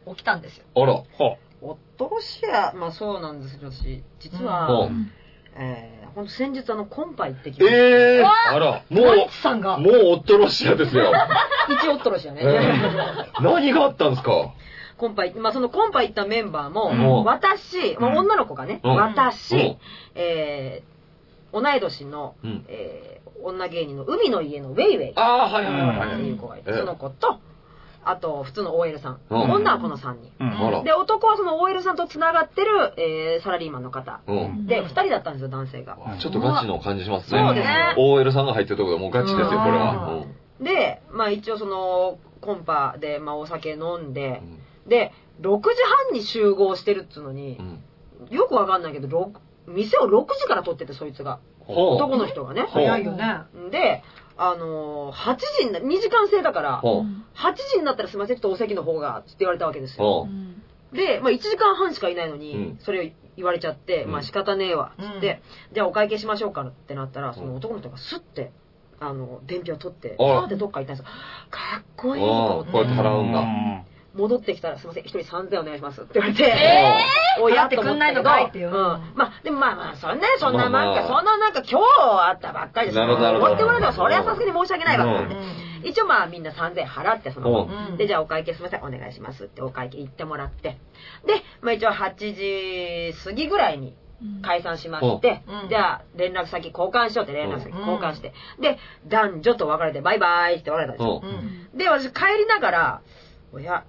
Speaker 4: 起きたんですよ。
Speaker 2: あら。
Speaker 1: ほ
Speaker 5: おっとろしや、まあそうなんですけど、私、実は、
Speaker 2: も
Speaker 3: ん
Speaker 5: えー、ほんと先日あの、コンパ行ってき
Speaker 2: う
Speaker 5: ました。
Speaker 2: え
Speaker 1: うあら。
Speaker 2: ー、も
Speaker 4: ドイツさんが
Speaker 2: う、もうおっとろしやですよ。
Speaker 5: 一応おっとろしやね
Speaker 2: え。ー何があったんですか
Speaker 5: コンパ行って、まあそのコンパ行ったメンバー
Speaker 1: う
Speaker 5: も、
Speaker 1: ん
Speaker 5: 私、まあ女の子がね、
Speaker 2: うんう
Speaker 5: 私
Speaker 2: ん、
Speaker 5: えー、同い年の、
Speaker 2: うん
Speaker 5: えー、女芸人の海の家のウェイウェイっ
Speaker 2: ああ、はいはいは
Speaker 5: て
Speaker 2: い。
Speaker 5: いう子がいて、
Speaker 2: うん
Speaker 5: その子と、あと、普通の OL さん。
Speaker 2: うん
Speaker 5: 女はこの3人。
Speaker 1: うん
Speaker 2: あら。
Speaker 5: で、男はその OL さんと繋がってる、えー、サラリーマンの方。
Speaker 2: うん。
Speaker 5: で、2人だったんですよ、男性が。
Speaker 2: ちょっとガチの感じしますね。
Speaker 5: そうですね
Speaker 2: OL さんが入ってるところでもうガチですよ、これは。
Speaker 5: で、まあ一応その、コンパで、まあお酒飲んで
Speaker 2: う、ん
Speaker 5: で、6時半に集合してるっつうのに
Speaker 2: う、ん。
Speaker 5: よくわかんないけど、ろく店を6時から取ってて、そいつが。
Speaker 2: ほう。
Speaker 5: 男の人がね。
Speaker 2: ほう
Speaker 4: 早いよね。
Speaker 5: で、あのー8時にな、2時間制だから、
Speaker 2: ほう。
Speaker 5: 8時になったらすいません、ちょっとお席の方が、って言われたわけですよ。
Speaker 2: ほ
Speaker 5: で、まあ1時間半しかいないのに、
Speaker 2: うん
Speaker 5: それを言われちゃって、
Speaker 2: うん
Speaker 5: まあ仕方ねえわ、つって、じゃあお会計しましょうかってなったら、その男の人がスッて、あの、伝票取って、
Speaker 2: あら
Speaker 5: さーってどっか行ったんですよ。かっこいいと
Speaker 2: あ
Speaker 5: 思
Speaker 2: あ
Speaker 5: って。
Speaker 2: こうやって払うんだ。
Speaker 5: 戻ってきたら、すいません、一人3000お願いしますって言われて、 お
Speaker 4: 払
Speaker 5: や
Speaker 4: ってくんないのかいっていう
Speaker 5: うん。まあ、でもまあまあ、そんな、そんな
Speaker 2: まあまあ
Speaker 5: なんか、そんななんか今日あったばっかりです
Speaker 2: なるほどなるほど
Speaker 5: 持ってもらえば、それはさすがに申し訳ないわと思っ
Speaker 2: う
Speaker 5: て
Speaker 2: ん。
Speaker 5: 一応まあみんな3000払ってその
Speaker 2: う
Speaker 5: 後
Speaker 2: ん
Speaker 5: でじゃあお会計すみませんお願いしますってお会計行ってもらってで、まあ、一応8時過ぎぐらいに解散しまして、
Speaker 6: うん
Speaker 5: じゃあ連絡先交換しようって連絡先
Speaker 6: うん
Speaker 5: 交換して、で男女と別れてバイバイって別れたんですよ、
Speaker 2: うん
Speaker 5: で私帰りながらおや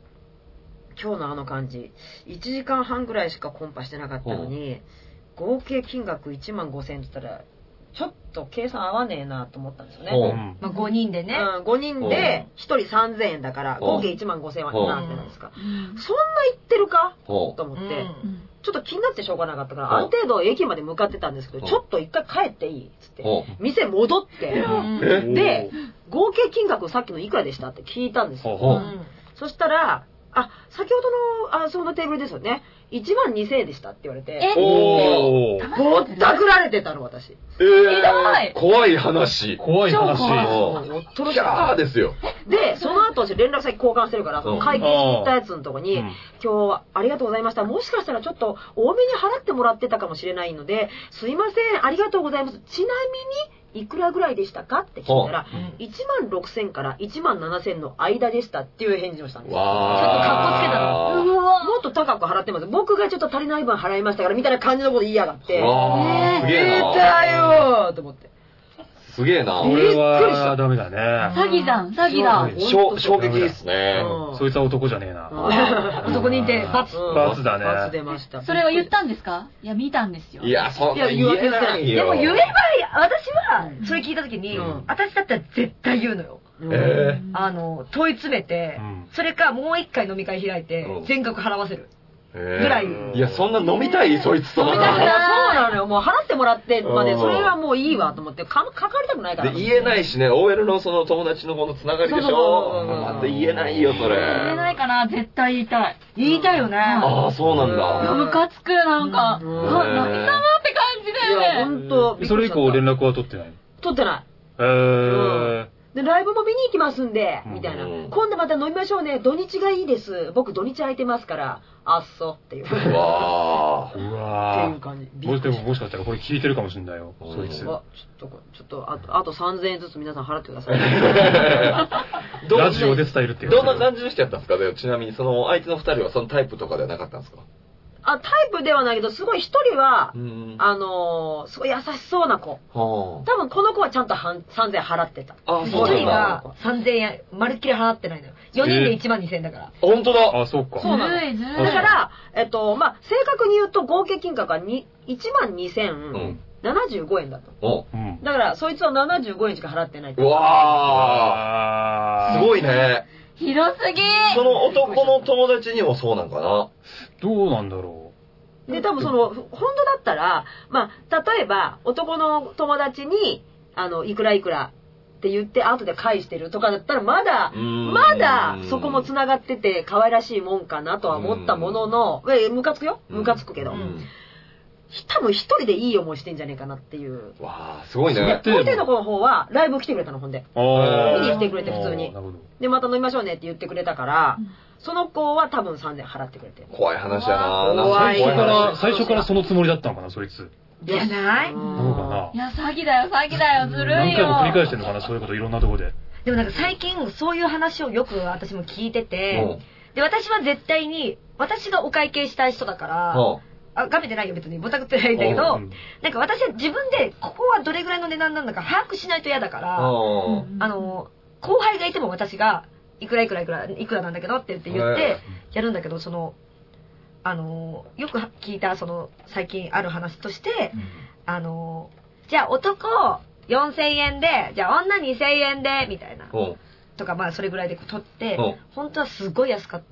Speaker 5: 今日のあの感じ1時間半ぐらいしかコンパしてなかったのに合計金額1万5000円って言ったらちょっと計算合わねえなと思ったんですよね
Speaker 2: ほう
Speaker 6: まあ、5人でね。
Speaker 5: うん、5人で1人3000円だから
Speaker 2: お
Speaker 5: 合計1万5000円はなんじゃないですか
Speaker 3: うん
Speaker 5: そんな言ってるか
Speaker 2: ほ
Speaker 5: と思って、
Speaker 6: うん
Speaker 5: ちょっと気になってしょうがなかったから
Speaker 2: お
Speaker 5: ある程度駅まで向かってたんですけど
Speaker 2: お
Speaker 5: ちょっと一回帰っていいっつっ
Speaker 2: う。
Speaker 5: て
Speaker 2: ほ
Speaker 5: 店戻って
Speaker 6: うん
Speaker 2: え
Speaker 5: で合計金額さっきのいくらでしたって聞いたんです
Speaker 1: ほう
Speaker 5: よ
Speaker 1: ほう
Speaker 5: そしたらあ先ほどのあそのテーブルですよね1万2000円でしたって言われて
Speaker 3: え
Speaker 2: おー
Speaker 5: ぼったくられてたの私
Speaker 2: え
Speaker 3: ひ
Speaker 2: ー怖い話。
Speaker 1: 怖い
Speaker 3: 超怖
Speaker 1: 話。
Speaker 2: お
Speaker 5: もう恐
Speaker 2: ー
Speaker 5: ろし
Speaker 2: キ
Speaker 5: かった
Speaker 2: ャーですよ。
Speaker 5: でその後私連絡先交換してるからその会計に行ったやつのとこに
Speaker 1: うん
Speaker 5: 今日はありがとうございました。もしかしたらちょっと多めに払ってもらってたかもしれないので、すいません、ありがとうございます。ちなみに、いくらぐらいでしたかって聞いたら、
Speaker 6: うん
Speaker 5: 1万6000から1万7000の間でしたっていう返事をしたんですよ。
Speaker 2: わー。
Speaker 3: うわ
Speaker 5: もっと高く払ってます。僕がちょっと足りない分払いましたからみたいな感じのこと言いやがって。
Speaker 2: わーすげえ
Speaker 5: 出
Speaker 2: な。
Speaker 5: たよーと思って。
Speaker 2: すげえな。
Speaker 1: これはダメだね。
Speaker 3: 詐欺じゃん、詐欺だ。
Speaker 5: ん
Speaker 2: しょ衝撃ですね。
Speaker 5: うん
Speaker 1: そいつは男じゃねえな。
Speaker 5: う
Speaker 6: そこにいて、バツ。
Speaker 5: ん
Speaker 1: 罰だね
Speaker 5: 罰出ました。
Speaker 3: それは言ったんですかいや、見たんですよ。
Speaker 2: いや、そん
Speaker 5: い
Speaker 2: な
Speaker 5: や
Speaker 2: 言えない
Speaker 6: で
Speaker 2: よ。
Speaker 6: も言えば
Speaker 2: え
Speaker 6: 私は、それ聞いた時に、
Speaker 5: うん
Speaker 6: 私だったら絶対言うのよ。
Speaker 5: うん
Speaker 2: え
Speaker 6: あの、問い詰めて、
Speaker 1: うん
Speaker 6: それかもう一回飲み会開いて
Speaker 2: うん、
Speaker 6: 全額払わせる。
Speaker 2: ぐ
Speaker 6: らい
Speaker 2: いや、そんな飲みたいそいつと。
Speaker 5: 飲みたくないそうなのよ。もう払ってもらってまで、
Speaker 2: うん
Speaker 5: それはもういいわと思って、かかかりたくないから。
Speaker 2: で、言えないしね、OL のその友達の方のつながりでし
Speaker 5: そうそうそうそう
Speaker 2: ょで言えないよ、それ。
Speaker 3: 言えないかな絶対言いたい。
Speaker 6: 言いたいよね。
Speaker 2: ああ、そうなん
Speaker 3: いや
Speaker 2: だ。
Speaker 3: ムカつく、なんか。
Speaker 5: う
Speaker 3: うんん、
Speaker 2: へー
Speaker 3: 何様って感じ
Speaker 5: い
Speaker 3: だ
Speaker 5: や、
Speaker 3: よね。
Speaker 5: 本当。
Speaker 1: それ以降連
Speaker 5: 絡。
Speaker 1: 絡は取ってない。
Speaker 5: 取ってない。
Speaker 1: えー。
Speaker 5: で、ライブも見に行きますんで、みたいな
Speaker 2: うん。
Speaker 5: 今度また飲みましょうね。土日がいいです。僕土日空いてますから、あっそっていう。って
Speaker 2: うわ
Speaker 1: う
Speaker 5: い
Speaker 1: わ
Speaker 5: う感じ。
Speaker 1: ー。もしでももしかしたらこれ聞いてるかもしれないよ、
Speaker 2: うん
Speaker 1: そいつ。
Speaker 5: あちょっと、ちょっと、あと、あと3000円ずつ皆さん払ってください。
Speaker 2: ーど
Speaker 1: ラジオで伝えるっていう。
Speaker 2: どんな感じの人やったんですかでちなみに、その、相手の二人はそのタイプとかではなかったんですか
Speaker 5: あ、タイプではないけど、すごい一人は
Speaker 2: う、ん。
Speaker 5: あのーすごい優しそうな子。
Speaker 2: は
Speaker 5: 多分この子はちゃんとはん3000円払ってた。
Speaker 2: あ。あ、
Speaker 6: 一
Speaker 2: そうなん
Speaker 6: 人
Speaker 2: だ
Speaker 6: が。3000円、まるっきり払ってないのよ。4人で1万2000円だから。
Speaker 2: 本当だ。
Speaker 1: あ、そうか。
Speaker 5: そうなの
Speaker 3: ずるい、ずるい。
Speaker 5: だから、えっと、まあ、正確に言うと合計金額はに12,075
Speaker 2: ん。
Speaker 5: 円だと。
Speaker 2: お
Speaker 1: うん。
Speaker 5: だから、そいつは75円しか払ってないって
Speaker 2: うわ
Speaker 1: あ
Speaker 2: ー。すごいね。
Speaker 3: 広すぎ
Speaker 2: その男の友達にもそうなんかな。
Speaker 1: どうなんだろ
Speaker 5: で、多分その、本当だったら、まあ、例えば、男の友達に、あの、いくらいくらって言って、後で返してるとかだったら、まだ、まだ、そこも
Speaker 2: つ
Speaker 5: 繋がってて、可愛らしいもんかなとは思ったものの、え、ムカつくよムカつくけど。
Speaker 2: うん
Speaker 5: 多分一人でいい思いしてんじゃねえかなっていう。
Speaker 2: わー、すごい
Speaker 1: だ
Speaker 5: で
Speaker 2: ね
Speaker 1: っ。て
Speaker 5: 大抵の子の方は、ライブ来てくれたの、ほんで。
Speaker 1: う。あー
Speaker 5: 見に来てくれて普通に
Speaker 1: あーなるほど。
Speaker 5: で、また飲みましょうねって言ってくれたから
Speaker 3: うん、
Speaker 5: その子は多分3000払ってくれてる。
Speaker 2: 怖い話やななん
Speaker 5: 怖い
Speaker 1: 最初か
Speaker 2: 話
Speaker 1: ら、最初からそのつもりだったのかな、そいつ。
Speaker 6: じゃない
Speaker 1: なのかない
Speaker 3: や、詐欺だよ、詐欺だよ、ずる
Speaker 1: 何
Speaker 3: い
Speaker 1: 回も繰り返し
Speaker 3: よ。
Speaker 1: てるのかな、そういうこといろんなとこで。
Speaker 6: でもなんか最近、そういう話をよく私も聞いてて、で、私は絶対に、私がお会計したい人だから、あ、画面でないよ別に、ボタクってないんだけ
Speaker 1: う
Speaker 6: ど、
Speaker 1: ん
Speaker 6: なんか私は自分で、ここはどれぐらいの値段なんだか把握しないと嫌だから、
Speaker 2: うんうん
Speaker 6: あの、後輩がいても私が、いくらいくらいくら、いくらなんだけどって言って言っ
Speaker 2: え
Speaker 6: て、やるんだけど、その、あの、よく聞いた、その、最近ある話として、あの、じゃあ男4000円で、じゃあ女2000円で、みたいな。
Speaker 2: うん
Speaker 6: とか、まあそれぐらいで取って
Speaker 2: うん、
Speaker 6: 本当はすごい安かっ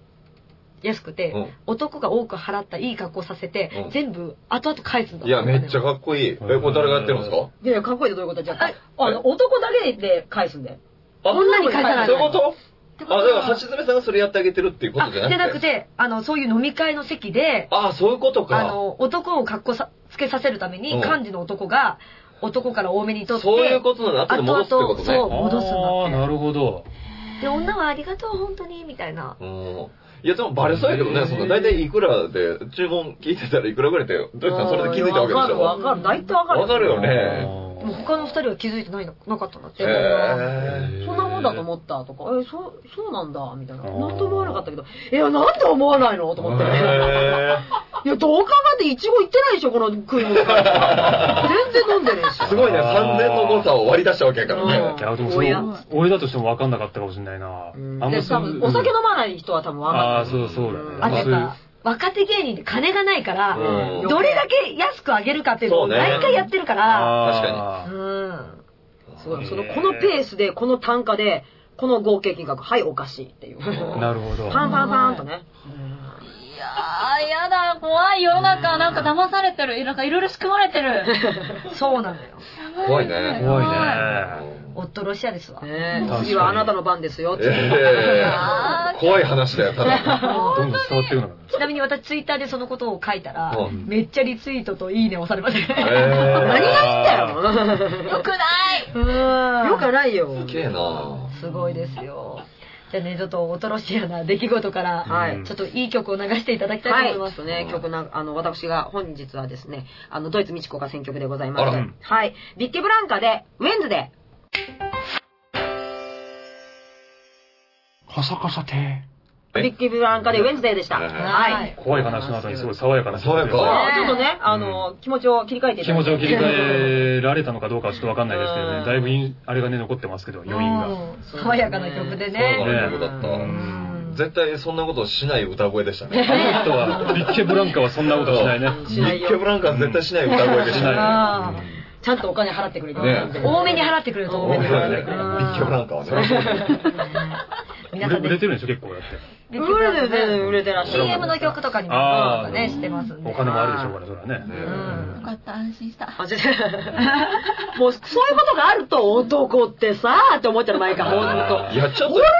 Speaker 6: 安くて、
Speaker 2: うん
Speaker 6: 男が多く払ったいい格好させて、
Speaker 2: うん
Speaker 6: 全部後々返すんだ
Speaker 2: いや、めっちゃ
Speaker 6: ゃ。
Speaker 2: かっこいい。え、これ誰がやってるんですか
Speaker 5: いやいや、かっこいいってどういうことじゃあ、
Speaker 6: はい
Speaker 5: あの、男だけで返すんだよ。
Speaker 2: あ
Speaker 6: 女に返さない
Speaker 2: そういうこと
Speaker 3: ってこと
Speaker 2: あ、
Speaker 3: は
Speaker 2: だから、橋爪さんがそれやってあげてるっていうこと
Speaker 6: あ、
Speaker 2: じ
Speaker 6: じ
Speaker 2: ゃなくて。
Speaker 6: ゃなくて、あの、そういう飲み会の席で、
Speaker 2: あ、そういうこと
Speaker 6: あ
Speaker 2: か。
Speaker 6: の、男を格好さつけさせるために、
Speaker 2: うん
Speaker 6: 幹事の男が、
Speaker 7: 男から多めに取って、
Speaker 2: そういうことなの後で戻すってことね。
Speaker 7: 後々戻すんだ
Speaker 1: ああ、なるほど。
Speaker 4: で、女はありがとう、本当に、みたいな。
Speaker 2: うんいや、でもバレそうやけど
Speaker 1: へ
Speaker 2: ね、
Speaker 1: ー
Speaker 2: その大体いくらで、注文聞いてたらいくらぐらいで、どうしたんそれで気づいたわけでしょ。
Speaker 5: わかるわかる。大体わかる。
Speaker 2: わかるよね。
Speaker 4: もう他の二人は気づいてないのなかったんだっ
Speaker 2: へ
Speaker 4: て。
Speaker 2: え。
Speaker 5: そんなもんだと
Speaker 1: っ
Speaker 5: 思ったとか、え、そう、そうなんだ、みたいな。
Speaker 1: あー
Speaker 5: なんとも思わなかったけど、いや、なんで思わないのと思って。いや、どう考えてイチゴ行ってないでしょ、この食 い物から。全然飲んでねえし。
Speaker 2: すごいね、3000の誤差を割り出したわけやから
Speaker 5: うん
Speaker 2: ね。
Speaker 1: いや、でも
Speaker 5: お
Speaker 1: そ
Speaker 5: や
Speaker 1: の、俺だとしても分かんなかったかもしれないな。
Speaker 5: うんで、多分、お酒飲まない人は多分わかんない。
Speaker 1: ああー、そうそうだね。
Speaker 5: うん
Speaker 1: ま
Speaker 4: あと
Speaker 1: あ
Speaker 4: や
Speaker 1: そ
Speaker 4: っ
Speaker 1: ういう
Speaker 4: ぱ、若手芸人で金がないから、
Speaker 2: うん
Speaker 5: よ
Speaker 4: どれだけ安く上げるかっていうの
Speaker 2: そ
Speaker 4: を
Speaker 2: うね
Speaker 4: 毎回やってるから、
Speaker 1: あ
Speaker 4: う
Speaker 1: ー
Speaker 4: ん。
Speaker 5: すごい。その、
Speaker 1: へー
Speaker 5: このペースで、この単価で、この合計金額、はい、おかしいっていう。パン
Speaker 1: なるほど。
Speaker 5: パンパンとね。
Speaker 3: いやー、やだ、怖い世の中、なんか騙されてる。なんかいろいろ仕組まれてる。
Speaker 4: そうなのよ。
Speaker 2: 怖いね
Speaker 1: 怖い
Speaker 2: うん
Speaker 1: ね。
Speaker 4: 夫ロシアですわ。
Speaker 5: ね
Speaker 1: 確かに
Speaker 5: 次はあなたの番ですよ、って
Speaker 2: ええ怖い話だよ、ただ。
Speaker 1: どんどん伝わっていくのか
Speaker 4: ちなみに私ツイッターでそのことを書いたら、
Speaker 2: うん
Speaker 4: めっちゃリツイートといいね押されました
Speaker 2: え
Speaker 4: ね。
Speaker 2: え
Speaker 5: 何がいいんだよ。
Speaker 3: よくない
Speaker 4: うん
Speaker 5: よくはないよ。
Speaker 2: すげえな
Speaker 4: すごいですよ。じゃあね、ちょっと恐ろしやな出来事から、
Speaker 5: は
Speaker 1: う
Speaker 5: い
Speaker 1: ん
Speaker 4: ちょっといい曲を流していただき
Speaker 5: は
Speaker 4: たい
Speaker 5: い、ち
Speaker 4: と
Speaker 5: ょ
Speaker 4: 思いま
Speaker 5: っ
Speaker 4: す。
Speaker 5: とね、曲な、あの、私が本日はですね、あの、ドイツ美智子が選曲でございま
Speaker 2: あ
Speaker 5: し
Speaker 2: ら
Speaker 5: て、はい、ビッケブランカで、ウェンズで、
Speaker 8: カサカサ亭。
Speaker 2: え
Speaker 5: ビッケブランカでウェンズデーでした。
Speaker 2: はい
Speaker 5: は
Speaker 1: な。
Speaker 5: い。
Speaker 1: 怖い話の後にすごい爽やかな曲です
Speaker 2: 爽やか
Speaker 5: あーちょっとね、あの、気持ちを切り替えてい
Speaker 1: 気
Speaker 5: た
Speaker 1: 持
Speaker 5: だい
Speaker 1: ち
Speaker 5: て
Speaker 1: を切り替えられたのかどうかはちょっとわかんないですけど
Speaker 5: う
Speaker 1: ね。
Speaker 5: ん
Speaker 1: だいぶいいあれがね、残ってますけど、余韻が。
Speaker 4: うん爽やかな曲で
Speaker 2: そう
Speaker 4: ね。
Speaker 2: だね、よか
Speaker 1: う
Speaker 2: っ
Speaker 1: ん
Speaker 2: た。絶対そんなことしない歌声でしたね。
Speaker 1: あの人は、ビッケブランカはそんな ことしないね。
Speaker 5: しない
Speaker 2: ビッケ
Speaker 5: よ。
Speaker 2: ブランカは絶対しない歌声でし
Speaker 1: し
Speaker 2: ない。
Speaker 1: な
Speaker 4: あ
Speaker 5: ちゃんとお金払ってくれてるんで
Speaker 2: ね
Speaker 4: 多めに払ってくれると
Speaker 2: ビ
Speaker 4: 思う。
Speaker 2: ッケブランカ
Speaker 5: う
Speaker 2: はね。
Speaker 5: ん
Speaker 2: ビッケブランカはね。
Speaker 1: い。
Speaker 4: 皆さ
Speaker 1: 売
Speaker 4: ん
Speaker 1: れ売
Speaker 4: ね
Speaker 1: れてるんでしょ、結構だって。
Speaker 5: 売れてる、全然売れてらっしゃる。
Speaker 4: CM の曲とかにも
Speaker 1: あー
Speaker 4: ね、してますんで。
Speaker 1: お金もあるでしょうから、それはね。
Speaker 4: うん
Speaker 3: よかった、安心した。
Speaker 5: あ、違う。もう、そういうことがあると、男ってさーって思っちゃう毎回、ほんと。
Speaker 2: いや、ちょっと
Speaker 5: 俺だ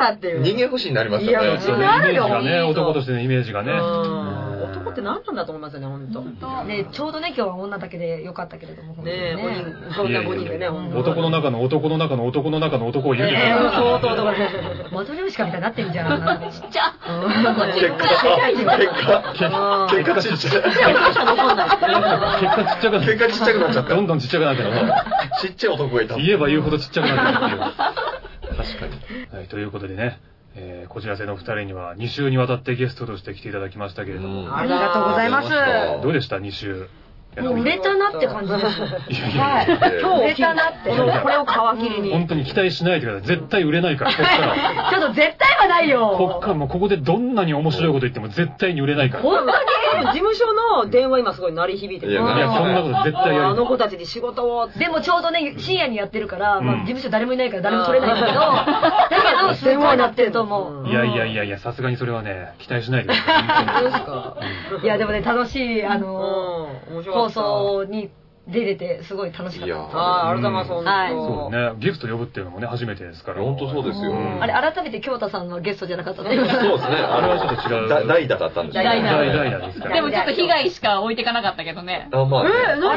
Speaker 5: からっていう。
Speaker 2: 人間不信になります
Speaker 5: い
Speaker 2: よ
Speaker 5: や
Speaker 2: ね。
Speaker 5: 普
Speaker 1: そ
Speaker 5: 通
Speaker 1: うね
Speaker 5: なるよ
Speaker 1: イメージがね、
Speaker 5: 本当
Speaker 1: 男としてのイメージがね。
Speaker 5: うん男って何なんだと思いますよね、ほんと。
Speaker 4: で、ちょうどね、今日は女だけでよかったけれども、本当に
Speaker 5: ねえ、
Speaker 4: ね
Speaker 5: 5人、こんな5人
Speaker 1: い
Speaker 5: でね、
Speaker 1: やいやいや
Speaker 5: ほんと
Speaker 1: 男の中の男の中の男の中の男を言うて
Speaker 5: ええ
Speaker 1: ない。
Speaker 5: 相当男ね。
Speaker 4: マトリョーシカみたいになってるじゃん。
Speaker 3: ちっちゃ。
Speaker 2: 結果、結果、
Speaker 5: うん
Speaker 2: 結果ちっちゃい。
Speaker 1: 結果ちっちゃくな
Speaker 2: 結果ちっちゃくなっちゃった
Speaker 1: どんどんちっちゃくなって る。
Speaker 2: ちっちゃい男がいた。
Speaker 1: 言えば言うほどちっちゃくなってるっていう。確かに。はい、ということでね、えーこちらせのお二人には2週にわたってゲストとして来ていただきましたけれども、
Speaker 5: ありがとうございます
Speaker 1: どうでした、2週。やって
Speaker 4: もう
Speaker 1: み
Speaker 4: 売
Speaker 1: て
Speaker 4: れたなって感じです。
Speaker 1: いやいやいや
Speaker 4: はい。
Speaker 5: 今日
Speaker 4: 売れたなって。
Speaker 5: このこれを皮切りに。
Speaker 1: 本当に期待しないでください。絶対売れないから、こっから。
Speaker 4: ちょっと絶対はない
Speaker 1: こっ
Speaker 4: よ。
Speaker 1: からもうここでどんなに面白いこと言っても絶対に売れないから。い
Speaker 5: 本当に事務所の電話今すごい鳴り響いてる
Speaker 2: いや
Speaker 1: や、そんなこと絶対や
Speaker 5: あ
Speaker 1: る
Speaker 5: の。子たちに仕事をって
Speaker 4: でもちょうどね、深夜にやってるから、まあ
Speaker 1: うん
Speaker 4: 事務所誰もいないから誰も取れないんだけど、だけど、すごいなってると思う。
Speaker 1: いやいやいやいや、さすがにそれはね、期待しないでくだ
Speaker 5: どうで
Speaker 1: さ
Speaker 5: すか
Speaker 4: いや、でもね、楽しい、あ
Speaker 5: うん
Speaker 4: の、
Speaker 5: 面白
Speaker 4: 放
Speaker 5: かった
Speaker 4: 送に出れて、すごい楽しかっ
Speaker 2: いや
Speaker 4: た。
Speaker 5: ああありがとうございます本当
Speaker 4: は
Speaker 1: い。
Speaker 4: い
Speaker 1: そうね、ゲスト呼ぶっていうのもね、初めてですから。
Speaker 2: 本当そうですよ。
Speaker 1: うん
Speaker 4: あれ、改めて京太さんのゲストじゃなかったね。
Speaker 2: そうですね。あれはちょっと違う。だ代打だったんですよね
Speaker 3: 代打
Speaker 1: 大大々ですから
Speaker 3: で。もちょっと被害しか置いてかなかったけどね。
Speaker 2: あ、まあね。
Speaker 5: え何だ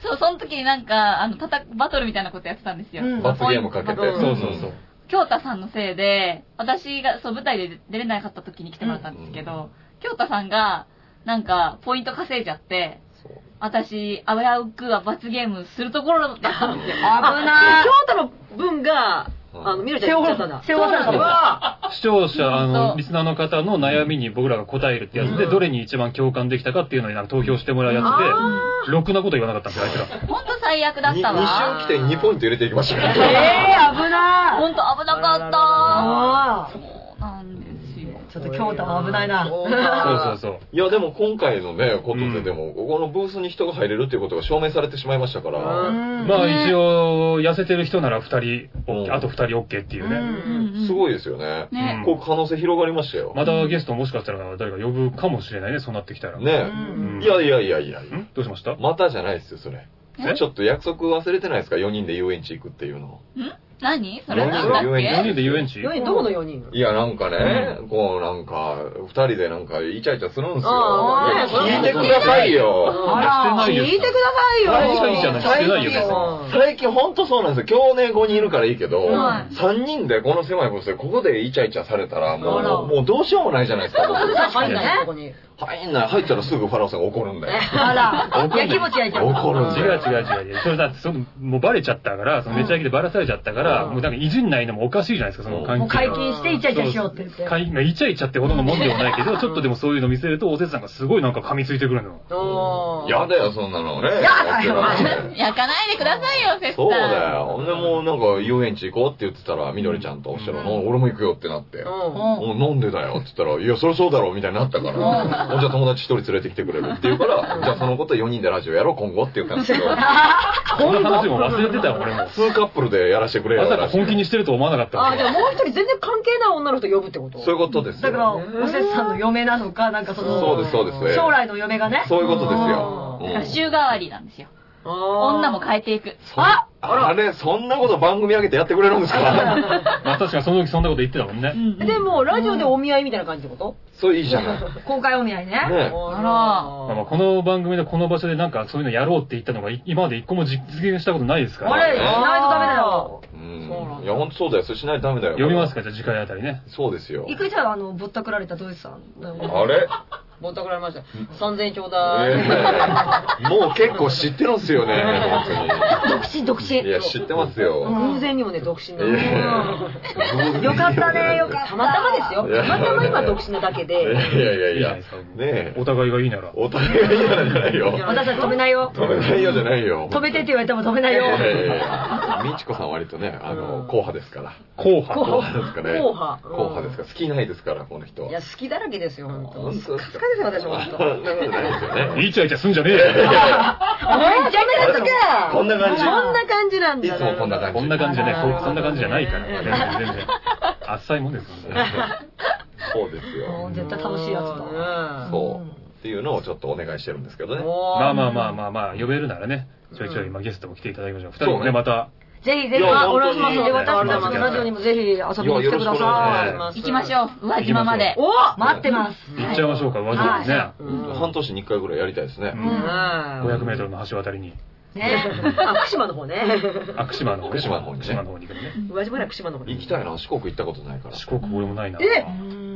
Speaker 3: そう、その時になんか、あの、たた、バトルみたいなことやってたんですよ。
Speaker 4: うん
Speaker 2: 罰ゲームかけて。
Speaker 5: うん
Speaker 1: そうそうそう。
Speaker 3: 京太さんのせいで、私が、そう、舞台で出れなかった時に来てもらったんですけど、京太さんが、なんか、ポイント稼いじゃって、
Speaker 2: そう
Speaker 3: 私、危うくは罰ゲームするところだったんですよ。
Speaker 4: 危ない。
Speaker 5: 京都の分があのみるちゃんに言っちゃったんだ
Speaker 4: 背負わされた
Speaker 5: うわ
Speaker 1: 視聴者、あの、
Speaker 3: そう
Speaker 1: リスナーの方の悩みに僕らが答えるってやつで、
Speaker 5: うん
Speaker 1: どれに一番共感できたかっていうのになんか投票してもらうや
Speaker 5: あ
Speaker 1: つで、ろくなこと言わなかったんですよ、あいつら。
Speaker 3: ほんと最悪だっ
Speaker 2: に
Speaker 3: たわ。
Speaker 2: 2週来て2ポイント入れていきましたから
Speaker 4: えー、危ない。
Speaker 3: ほんと危な
Speaker 5: あらら
Speaker 3: か
Speaker 4: あ
Speaker 3: った。そうなんですよ。
Speaker 4: あ。ちょっと京太は危ないな。
Speaker 5: そう
Speaker 1: そう
Speaker 5: か
Speaker 1: そう
Speaker 2: いや、でも今回のね、ことで、でも、ここのブースに人が入れるっていうことが証明されてしまいましたか
Speaker 5: う
Speaker 4: う
Speaker 2: ら、
Speaker 1: そう。
Speaker 4: ん
Speaker 1: まあ一応、痩せてる人なら2人
Speaker 2: う
Speaker 1: OK、
Speaker 2: ん
Speaker 1: あと2人 OK っていう
Speaker 5: う
Speaker 1: ね。
Speaker 5: ん
Speaker 2: すご
Speaker 3: い。
Speaker 2: いですよね。
Speaker 3: ね。
Speaker 2: こう可能性広がりましたよ。
Speaker 1: またゲストもしかしたら誰か呼ぶかもしれないね、そうなってきたら。
Speaker 2: ね
Speaker 1: うん
Speaker 2: いやいやいやいやいや
Speaker 1: んどうしました
Speaker 2: またじゃないですよ、それ
Speaker 3: え。
Speaker 2: ちょっと約束忘れてないですか ?4 人で遊園地行くっていうの。
Speaker 3: 何それなんだっ
Speaker 2: 4
Speaker 1: 4
Speaker 2: 円
Speaker 3: け
Speaker 1: 人で遊園地
Speaker 5: 4人、どこの4人
Speaker 2: いや、なんかね、こう、なんか、二人でなんか、イチャイチャするんですよ。
Speaker 5: あ
Speaker 2: いや
Speaker 5: ー
Speaker 2: 聞いてくださいよ。
Speaker 1: あら
Speaker 5: 聞いてくださいよ。
Speaker 1: 聞いてくださいよ
Speaker 5: 聞いてくださいよ
Speaker 2: 最近ほんとそうなんですよ。今日ね、5人いるからいいけど、
Speaker 3: は
Speaker 2: 3人でこの狭いコースで、ここでイチャイチャされたら、も
Speaker 3: あら
Speaker 2: う、もうどうしようもないじゃないですか。僕
Speaker 5: 入んない、ここに。
Speaker 2: 入んない、入ったらすぐファラオさんが怒るんだよ。
Speaker 4: あら、
Speaker 1: 怒んない
Speaker 4: やきもち焼いちゃう。
Speaker 2: 怒るん
Speaker 1: 違
Speaker 2: だ
Speaker 1: う
Speaker 2: よ。
Speaker 1: 違う違う違う。それだって、そのもうバレちゃったから、そのめちゃイケでバラされちゃったから、
Speaker 5: うん
Speaker 1: もうなんかいじんないのもおかしいじゃないですか、その
Speaker 4: も
Speaker 1: 関
Speaker 4: う
Speaker 1: 係
Speaker 4: 解
Speaker 1: が。
Speaker 4: 禁してイチャイチャしようって言って。
Speaker 1: 会議がイチャイチャってほどのもんではないけど、ちょっとでもそういうの見せると、おせつさんがすごいなんか噛みついてくるの。
Speaker 5: おー
Speaker 2: やだよ、そんなのね。
Speaker 4: だよ
Speaker 2: やってらんない
Speaker 3: 焼かないでくださいよ、セッさん。
Speaker 2: そうだよ。ほんでもうなんか遊園地行こうって言ってたら、みどりちゃんとおっしゃるの、俺も行くよってなって。
Speaker 5: うん。
Speaker 3: もう。
Speaker 2: もう飲んでだよって言ったら、いや、そりゃそうだろうみたいになったから、もうじゃあ友達一人連れてきてくれるって言うから、じゃあそのこと4人でラジオやろう、今後って言ったんですけど、
Speaker 1: こんな話も忘れてたよ、俺も。
Speaker 2: 2カップルでやらせてくれよ
Speaker 1: まさか
Speaker 2: らしい
Speaker 1: 本気にしてると思わなかった
Speaker 5: あ、
Speaker 1: わ
Speaker 5: じゃあもう一人全然関係ない女の人呼ぶってこと
Speaker 2: そういうことです
Speaker 4: だから、
Speaker 2: よ。
Speaker 4: おせつさんの嫁なのか、なんかそ
Speaker 2: そう
Speaker 4: の、
Speaker 2: です、そうです。ええ
Speaker 4: 将来の嫁がね。
Speaker 2: そういうことです
Speaker 5: あ
Speaker 2: よ。
Speaker 5: ー
Speaker 2: うん
Speaker 3: だから週替わりなんですよ。
Speaker 5: あー
Speaker 3: 女も変えていく。
Speaker 2: そあれ、そんなこと番組上げてやってくれるんです か
Speaker 1: まあ確かにその時そんなこと言ってたもんね。
Speaker 5: でも、ラジオでお見合いみたいな感じってこ
Speaker 2: それいいじゃない。
Speaker 4: 公開お見合いね。
Speaker 5: と
Speaker 2: ね
Speaker 5: あ
Speaker 1: まあまあこの番組でこの場所でなんかそういうのやろうって言ったのがい今まで一個も実現したことないですか
Speaker 4: あ
Speaker 1: ら。
Speaker 4: れ、しないとダメだよ。
Speaker 2: うん
Speaker 5: そうなんだ
Speaker 2: いや、ほんとそうだよ。それしないとダメだよ。
Speaker 1: 読みますかじゃあ次回あたりね。
Speaker 2: そうですよ。
Speaker 4: 一回じゃあ、あの、ぼったくられたドイツさん。
Speaker 2: あれ
Speaker 5: ぼったくられました。3000円ちょうだい。
Speaker 2: ええもう結構知ってるんすよね、
Speaker 9: 独身独
Speaker 2: 本当
Speaker 9: 身
Speaker 2: に。いや、知ってますよ。
Speaker 5: 偶然にもね、独身
Speaker 2: い
Speaker 5: な
Speaker 2: や
Speaker 5: の。
Speaker 2: いやいや
Speaker 4: よかったね、よかった。
Speaker 5: たまたまですよ。
Speaker 2: いや
Speaker 5: たまたま今独身なだけ
Speaker 2: いや
Speaker 5: で。
Speaker 2: いやいや
Speaker 1: いい
Speaker 2: い
Speaker 1: じゃな
Speaker 2: や
Speaker 1: いですか。
Speaker 2: ねえ
Speaker 1: お互いがいいなら。
Speaker 2: お互いが嫌なんじゃないよ。
Speaker 4: 私は止めないよ。
Speaker 2: 止めないよじゃないよ。
Speaker 4: 止めてって言われても止めない
Speaker 2: い
Speaker 4: よ。
Speaker 2: やいやいやみちこさん割とね、あ
Speaker 5: う
Speaker 2: の、
Speaker 5: ん
Speaker 2: 硬派ですから。
Speaker 1: 後半。
Speaker 2: 硬派ですかね。
Speaker 5: 硬派うん
Speaker 2: 硬派ですから。好きないですから、この人は。
Speaker 5: いや、好きだらけですよ、本当
Speaker 2: 本当
Speaker 5: カ
Speaker 2: です
Speaker 5: ス
Speaker 2: か
Speaker 5: カですよ、私も。本当
Speaker 2: そんなことないですよね。
Speaker 1: イチャイチャすんじゃねえよ。
Speaker 5: あ、こんな感じか。
Speaker 2: こんな感じ
Speaker 5: こんな感じなん
Speaker 2: い
Speaker 5: だ。
Speaker 2: つもこんな感じ。
Speaker 1: こんな感じじゃない、
Speaker 5: あ
Speaker 1: そ
Speaker 5: ー
Speaker 1: うそんな感じじゃないから、
Speaker 5: ね
Speaker 1: 全然、全然。あっさいもんですもんね。
Speaker 2: そうですよ。
Speaker 4: 絶対楽しいやつだ。
Speaker 5: だ
Speaker 2: そう。っていうのをちょっとお願いしてるんですけどね。
Speaker 1: ま
Speaker 5: ま
Speaker 1: あまあまあまあまあ、呼べるならね、ちょいちょい、まあ、ゲストも来ていただきましょう。二人も
Speaker 2: そう
Speaker 1: ね、
Speaker 2: ね
Speaker 1: また、
Speaker 4: ぜひぜ
Speaker 2: い
Speaker 4: ひ、
Speaker 2: や
Speaker 4: あお
Speaker 2: 本当に
Speaker 4: 願いしますので、私たちのラジオにもぜひ遊びに来てく
Speaker 2: いや
Speaker 4: ださ
Speaker 2: よろしくお願いし
Speaker 4: い
Speaker 2: ま。
Speaker 3: 行きましょう。宇和島まで。
Speaker 4: お待ってます。
Speaker 1: 行っちゃいましょうか、和島にね。
Speaker 5: う
Speaker 2: 半年に1回ぐらいやりたいですね。
Speaker 1: 500メート
Speaker 5: ル。
Speaker 1: ルの橋渡りに、
Speaker 4: ね。
Speaker 5: あ、福島の方ね。
Speaker 1: あ、串間の方ね。
Speaker 2: 串間の方にね
Speaker 1: 串間の方に行くのね。
Speaker 5: 宇和島や福島の方ね
Speaker 2: 行きたいな、四国行ったことないから。
Speaker 1: 四国俺もないな。
Speaker 5: え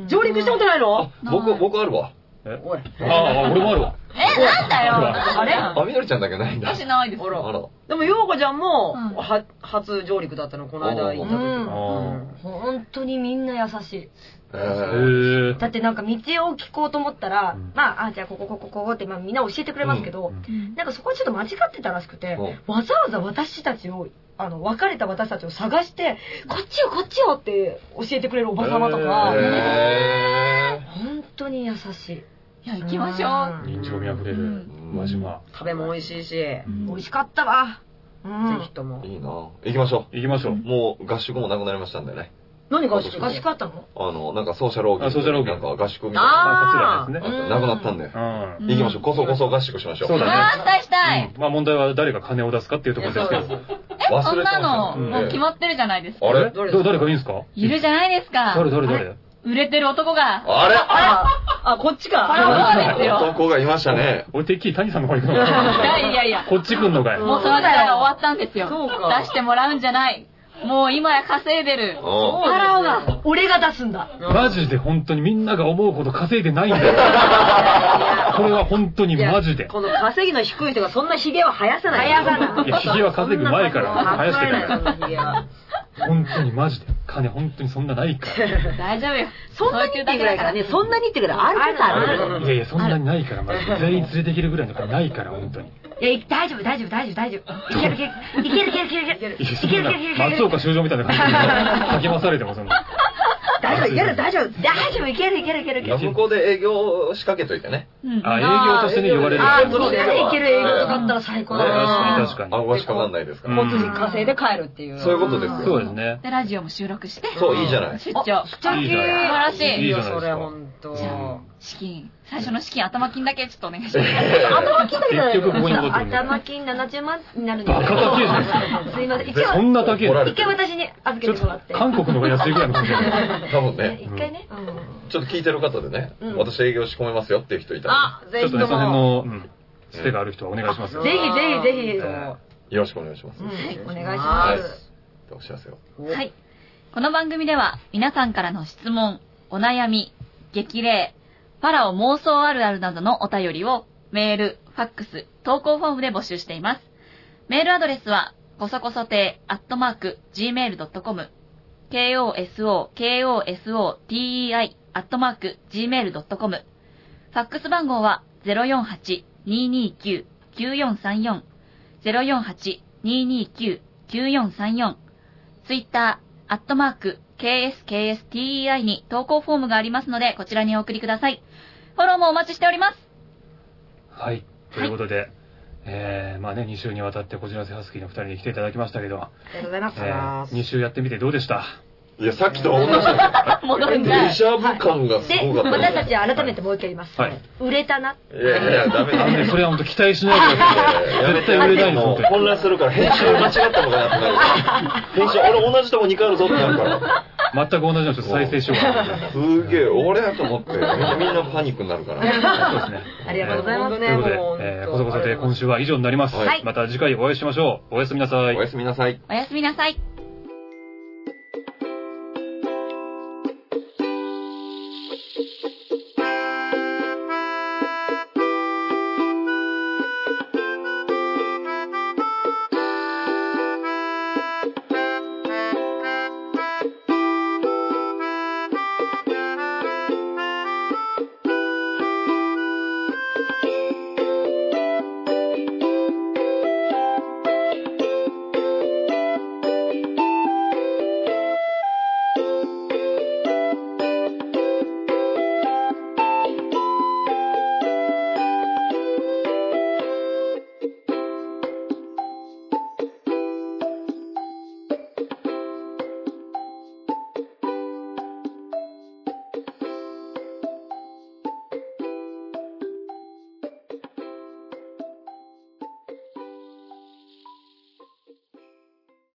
Speaker 5: 上陸したことないの
Speaker 2: 僕、僕あるわ。
Speaker 5: おい。
Speaker 1: ああ、俺もあるわ。
Speaker 3: え、なんだよ。なんだよ。
Speaker 2: あ、みどりちゃんだけないんだ。
Speaker 3: 私ないです。
Speaker 5: あ
Speaker 2: あ
Speaker 5: ら。
Speaker 2: ら。
Speaker 5: でも、ようこちゃんも、
Speaker 3: うん
Speaker 5: は、初上陸だったの、この間行った
Speaker 4: う
Speaker 5: 時。うん
Speaker 4: ん本当にみんな優しい。
Speaker 2: え
Speaker 1: へ
Speaker 2: ー
Speaker 1: え。
Speaker 4: だってなんか道を聞こうと思ったら、
Speaker 1: うん
Speaker 4: まあ、あ、じゃあここ、ここ、ここって、まあみんな教えてくれますけど、
Speaker 3: うん
Speaker 4: なんかそこはちょっと間違ってたらしくて、
Speaker 2: うん
Speaker 4: わざわざ私たちを、あの、別れた私たちを探して、こっちよ、こっちよって教えてくれるおばさまとか、
Speaker 2: え
Speaker 4: 本当に優しい。
Speaker 3: いや、行きましょ
Speaker 1: 人情味あふれる
Speaker 2: うん
Speaker 1: 和島。
Speaker 5: 食べも美味しいし、ぜ
Speaker 4: うん美味しかったわ。うん
Speaker 5: ひ。とも
Speaker 2: ー。いいな行きましょ
Speaker 1: 行きましょう
Speaker 2: う。。もう合宿もなくなりましたんでね。
Speaker 5: 何が美味しい
Speaker 4: 合宿あったの
Speaker 2: あの、なんかソーシャルオーケー
Speaker 1: あソーシャルオーケ
Speaker 2: なん
Speaker 1: ー
Speaker 2: か合宿みたいな。
Speaker 1: まあ
Speaker 5: あ
Speaker 1: こちらですね。
Speaker 4: ー
Speaker 2: なくなったんで。
Speaker 1: うん。
Speaker 2: 行きましょう。こそこそ合宿しましょう。
Speaker 1: そう
Speaker 3: う。
Speaker 1: だね
Speaker 3: ああ、したいしたい。
Speaker 1: まあ問題は誰が金を出すかっていうところですけ
Speaker 5: いやそ
Speaker 1: ど。
Speaker 2: 忘れてました
Speaker 3: そんなの、
Speaker 1: うん
Speaker 3: もう決まってるじゃないですか。
Speaker 2: あれ
Speaker 5: どれ
Speaker 1: ど誰かいいんすか
Speaker 3: いるじゃないですか。
Speaker 1: 誰誰誰
Speaker 3: 売れてる男が。
Speaker 2: あれ
Speaker 5: あ、あこっちか。
Speaker 3: あらそうですよ。
Speaker 2: 男がいましたね。
Speaker 1: 俺てっきり谷さんの方行くのかと思っ
Speaker 3: い
Speaker 1: た
Speaker 3: やいやいや。
Speaker 1: こっち来んのかい。
Speaker 3: もうその時代は終わったんですよ。
Speaker 5: そうか
Speaker 3: 出してもらうんじゃない。もう今や稼いで
Speaker 2: う
Speaker 3: る。
Speaker 2: ん
Speaker 4: パラオが、俺が出すんだ。
Speaker 1: マジで本当にみんなが思うほど稼いでないんだ よ。これは本当にマジで。
Speaker 5: この稼ぎの低い人がそんなヒゲは生やさない。
Speaker 4: 生やさない
Speaker 1: やヒゲは稼ぐ前から生やしてるから
Speaker 5: そんな生やさないその
Speaker 1: 本
Speaker 5: ヒ
Speaker 1: 当にマジで。金本当にそんなない から。
Speaker 3: 大丈夫よ。
Speaker 5: ゲはそんなにってぐらいからね、そんなにってぐらいあるからある
Speaker 1: いやいや、そんなにないから、マジで。全員連れていけるぐらいの金ないから、本当に。
Speaker 4: いや、い大丈夫、大丈夫、大丈夫、大丈夫。いける、いける、いける、いける、いける、いける。
Speaker 1: いや、
Speaker 4: い
Speaker 1: そ
Speaker 4: け
Speaker 1: ん
Speaker 4: る、
Speaker 1: ない
Speaker 4: ける、いける、いける。
Speaker 1: 松岡修造みたいな感じで励まされても、そんな。
Speaker 4: 大丈夫、いける、大丈夫。大丈夫、いける、いける、いける、いけ
Speaker 2: ラ
Speaker 4: る。
Speaker 2: ブコで営業仕掛けといてね。
Speaker 3: うん
Speaker 1: あ、営業としてね、呼ばれる
Speaker 4: あ
Speaker 1: か
Speaker 4: あ、
Speaker 1: ら。
Speaker 4: みんな
Speaker 1: 確
Speaker 4: でいける営業とかあったら最高だな。
Speaker 1: かに確か
Speaker 2: 顎がしかかんないですか
Speaker 1: う
Speaker 2: ら。
Speaker 1: ん
Speaker 5: 交通費稼いで帰るっていう。
Speaker 2: そういうことです
Speaker 1: に。
Speaker 2: よ。
Speaker 1: そうですね。
Speaker 3: で、ラジオも収録して。
Speaker 2: そう、いいじゃない。
Speaker 3: 出張。
Speaker 1: いいじ
Speaker 3: 素
Speaker 1: じゃない
Speaker 3: 晴らし
Speaker 1: いい
Speaker 3: い。
Speaker 1: じゃ
Speaker 5: それ
Speaker 1: ない
Speaker 5: 本
Speaker 1: です
Speaker 5: 当。
Speaker 1: か。
Speaker 3: 資金、最初の資金、頭金だけちょっとお願いします。
Speaker 4: 頭金だけじゃない
Speaker 1: 結局ここに戻ってくる
Speaker 4: 頭金70万になるん
Speaker 1: バカ高いじゃ
Speaker 4: ですすいません。一
Speaker 1: こ
Speaker 4: 応、
Speaker 1: んな高い
Speaker 2: 怒ら
Speaker 1: の
Speaker 2: れ
Speaker 4: 一回私に預
Speaker 1: ち
Speaker 4: け
Speaker 1: ょって
Speaker 4: もらっ
Speaker 1: と
Speaker 4: て。
Speaker 1: 韓国の方が安いぐらいの感じだね
Speaker 2: 多分ね、
Speaker 4: 一回ね。
Speaker 2: ちょっと聞いてる方でね、
Speaker 5: うん
Speaker 2: 私営業仕込めますよっていう人いたら、
Speaker 5: あ、
Speaker 1: ち
Speaker 5: ぜ
Speaker 1: ょっ
Speaker 5: ひ
Speaker 1: と
Speaker 5: と
Speaker 1: ね、その辺
Speaker 5: も。
Speaker 1: の、うん、つてがある人はお願いしますよ。
Speaker 5: ぜ
Speaker 4: ぜひぜひぜひ
Speaker 5: うん
Speaker 2: よろしくお願いします。
Speaker 5: うん
Speaker 6: お願いしま
Speaker 2: はいでお知らせを。
Speaker 5: す
Speaker 3: はい。この番組では皆さんからの質問、お悩み、激励、パラオ妄想あるあるなどのお便りをメール、ファックス、投稿フォームで募集しています。メールアドレスは、こそこそてアットマーク、gmail.com、koso, koso, tei, アットマーク、gmail.com。ファックス番号は、048-229-9434、048-229-9434、ツイッター、アットマーク、KSKSTEI に投稿フォームがありますので、こちらにお送りください。フォローもお待ちしております。
Speaker 1: はい。ということで、えー、まあね、2週にわたってこじらせハスキーの2人に来ていただきましたけど、
Speaker 5: ありがとうございま
Speaker 1: え
Speaker 5: す。
Speaker 1: ー、2週やってみてどうでした
Speaker 2: いや、さっきと同 じだ
Speaker 3: 戻る
Speaker 2: デ
Speaker 3: んだ。
Speaker 2: ジャブ感がす
Speaker 4: で、
Speaker 2: ごかった。
Speaker 4: 私たちは改めてもう一回言います。
Speaker 1: はい。
Speaker 4: 売れたな。
Speaker 2: いやいや、ダメ
Speaker 1: あ
Speaker 2: だ
Speaker 1: のね、
Speaker 2: ね。
Speaker 1: それは本当期待しないでください。
Speaker 2: やめ
Speaker 1: 絶
Speaker 2: て
Speaker 1: 対
Speaker 2: や
Speaker 1: 売れ
Speaker 2: め
Speaker 1: ないで
Speaker 2: て
Speaker 1: す、
Speaker 2: も
Speaker 1: 本
Speaker 2: う
Speaker 1: 当に。
Speaker 2: 混乱するから、編集間違ったのかなってなる。編集、俺同じとこ2回あるぞってなるから。
Speaker 1: 全く同じのちょっと再生しようかな。
Speaker 2: すげえ、俺やと思って、みんなパニックになるから。
Speaker 1: そうですね。
Speaker 5: ありがとうございます
Speaker 1: ということで
Speaker 5: もう、
Speaker 1: えー、こ
Speaker 5: 本
Speaker 1: そ
Speaker 5: 当
Speaker 1: こそで今週は以上になります。
Speaker 2: はい
Speaker 1: また次回お会いしましょう。おやすみなさい
Speaker 2: お。やすみなさい。
Speaker 3: おやすみなさい。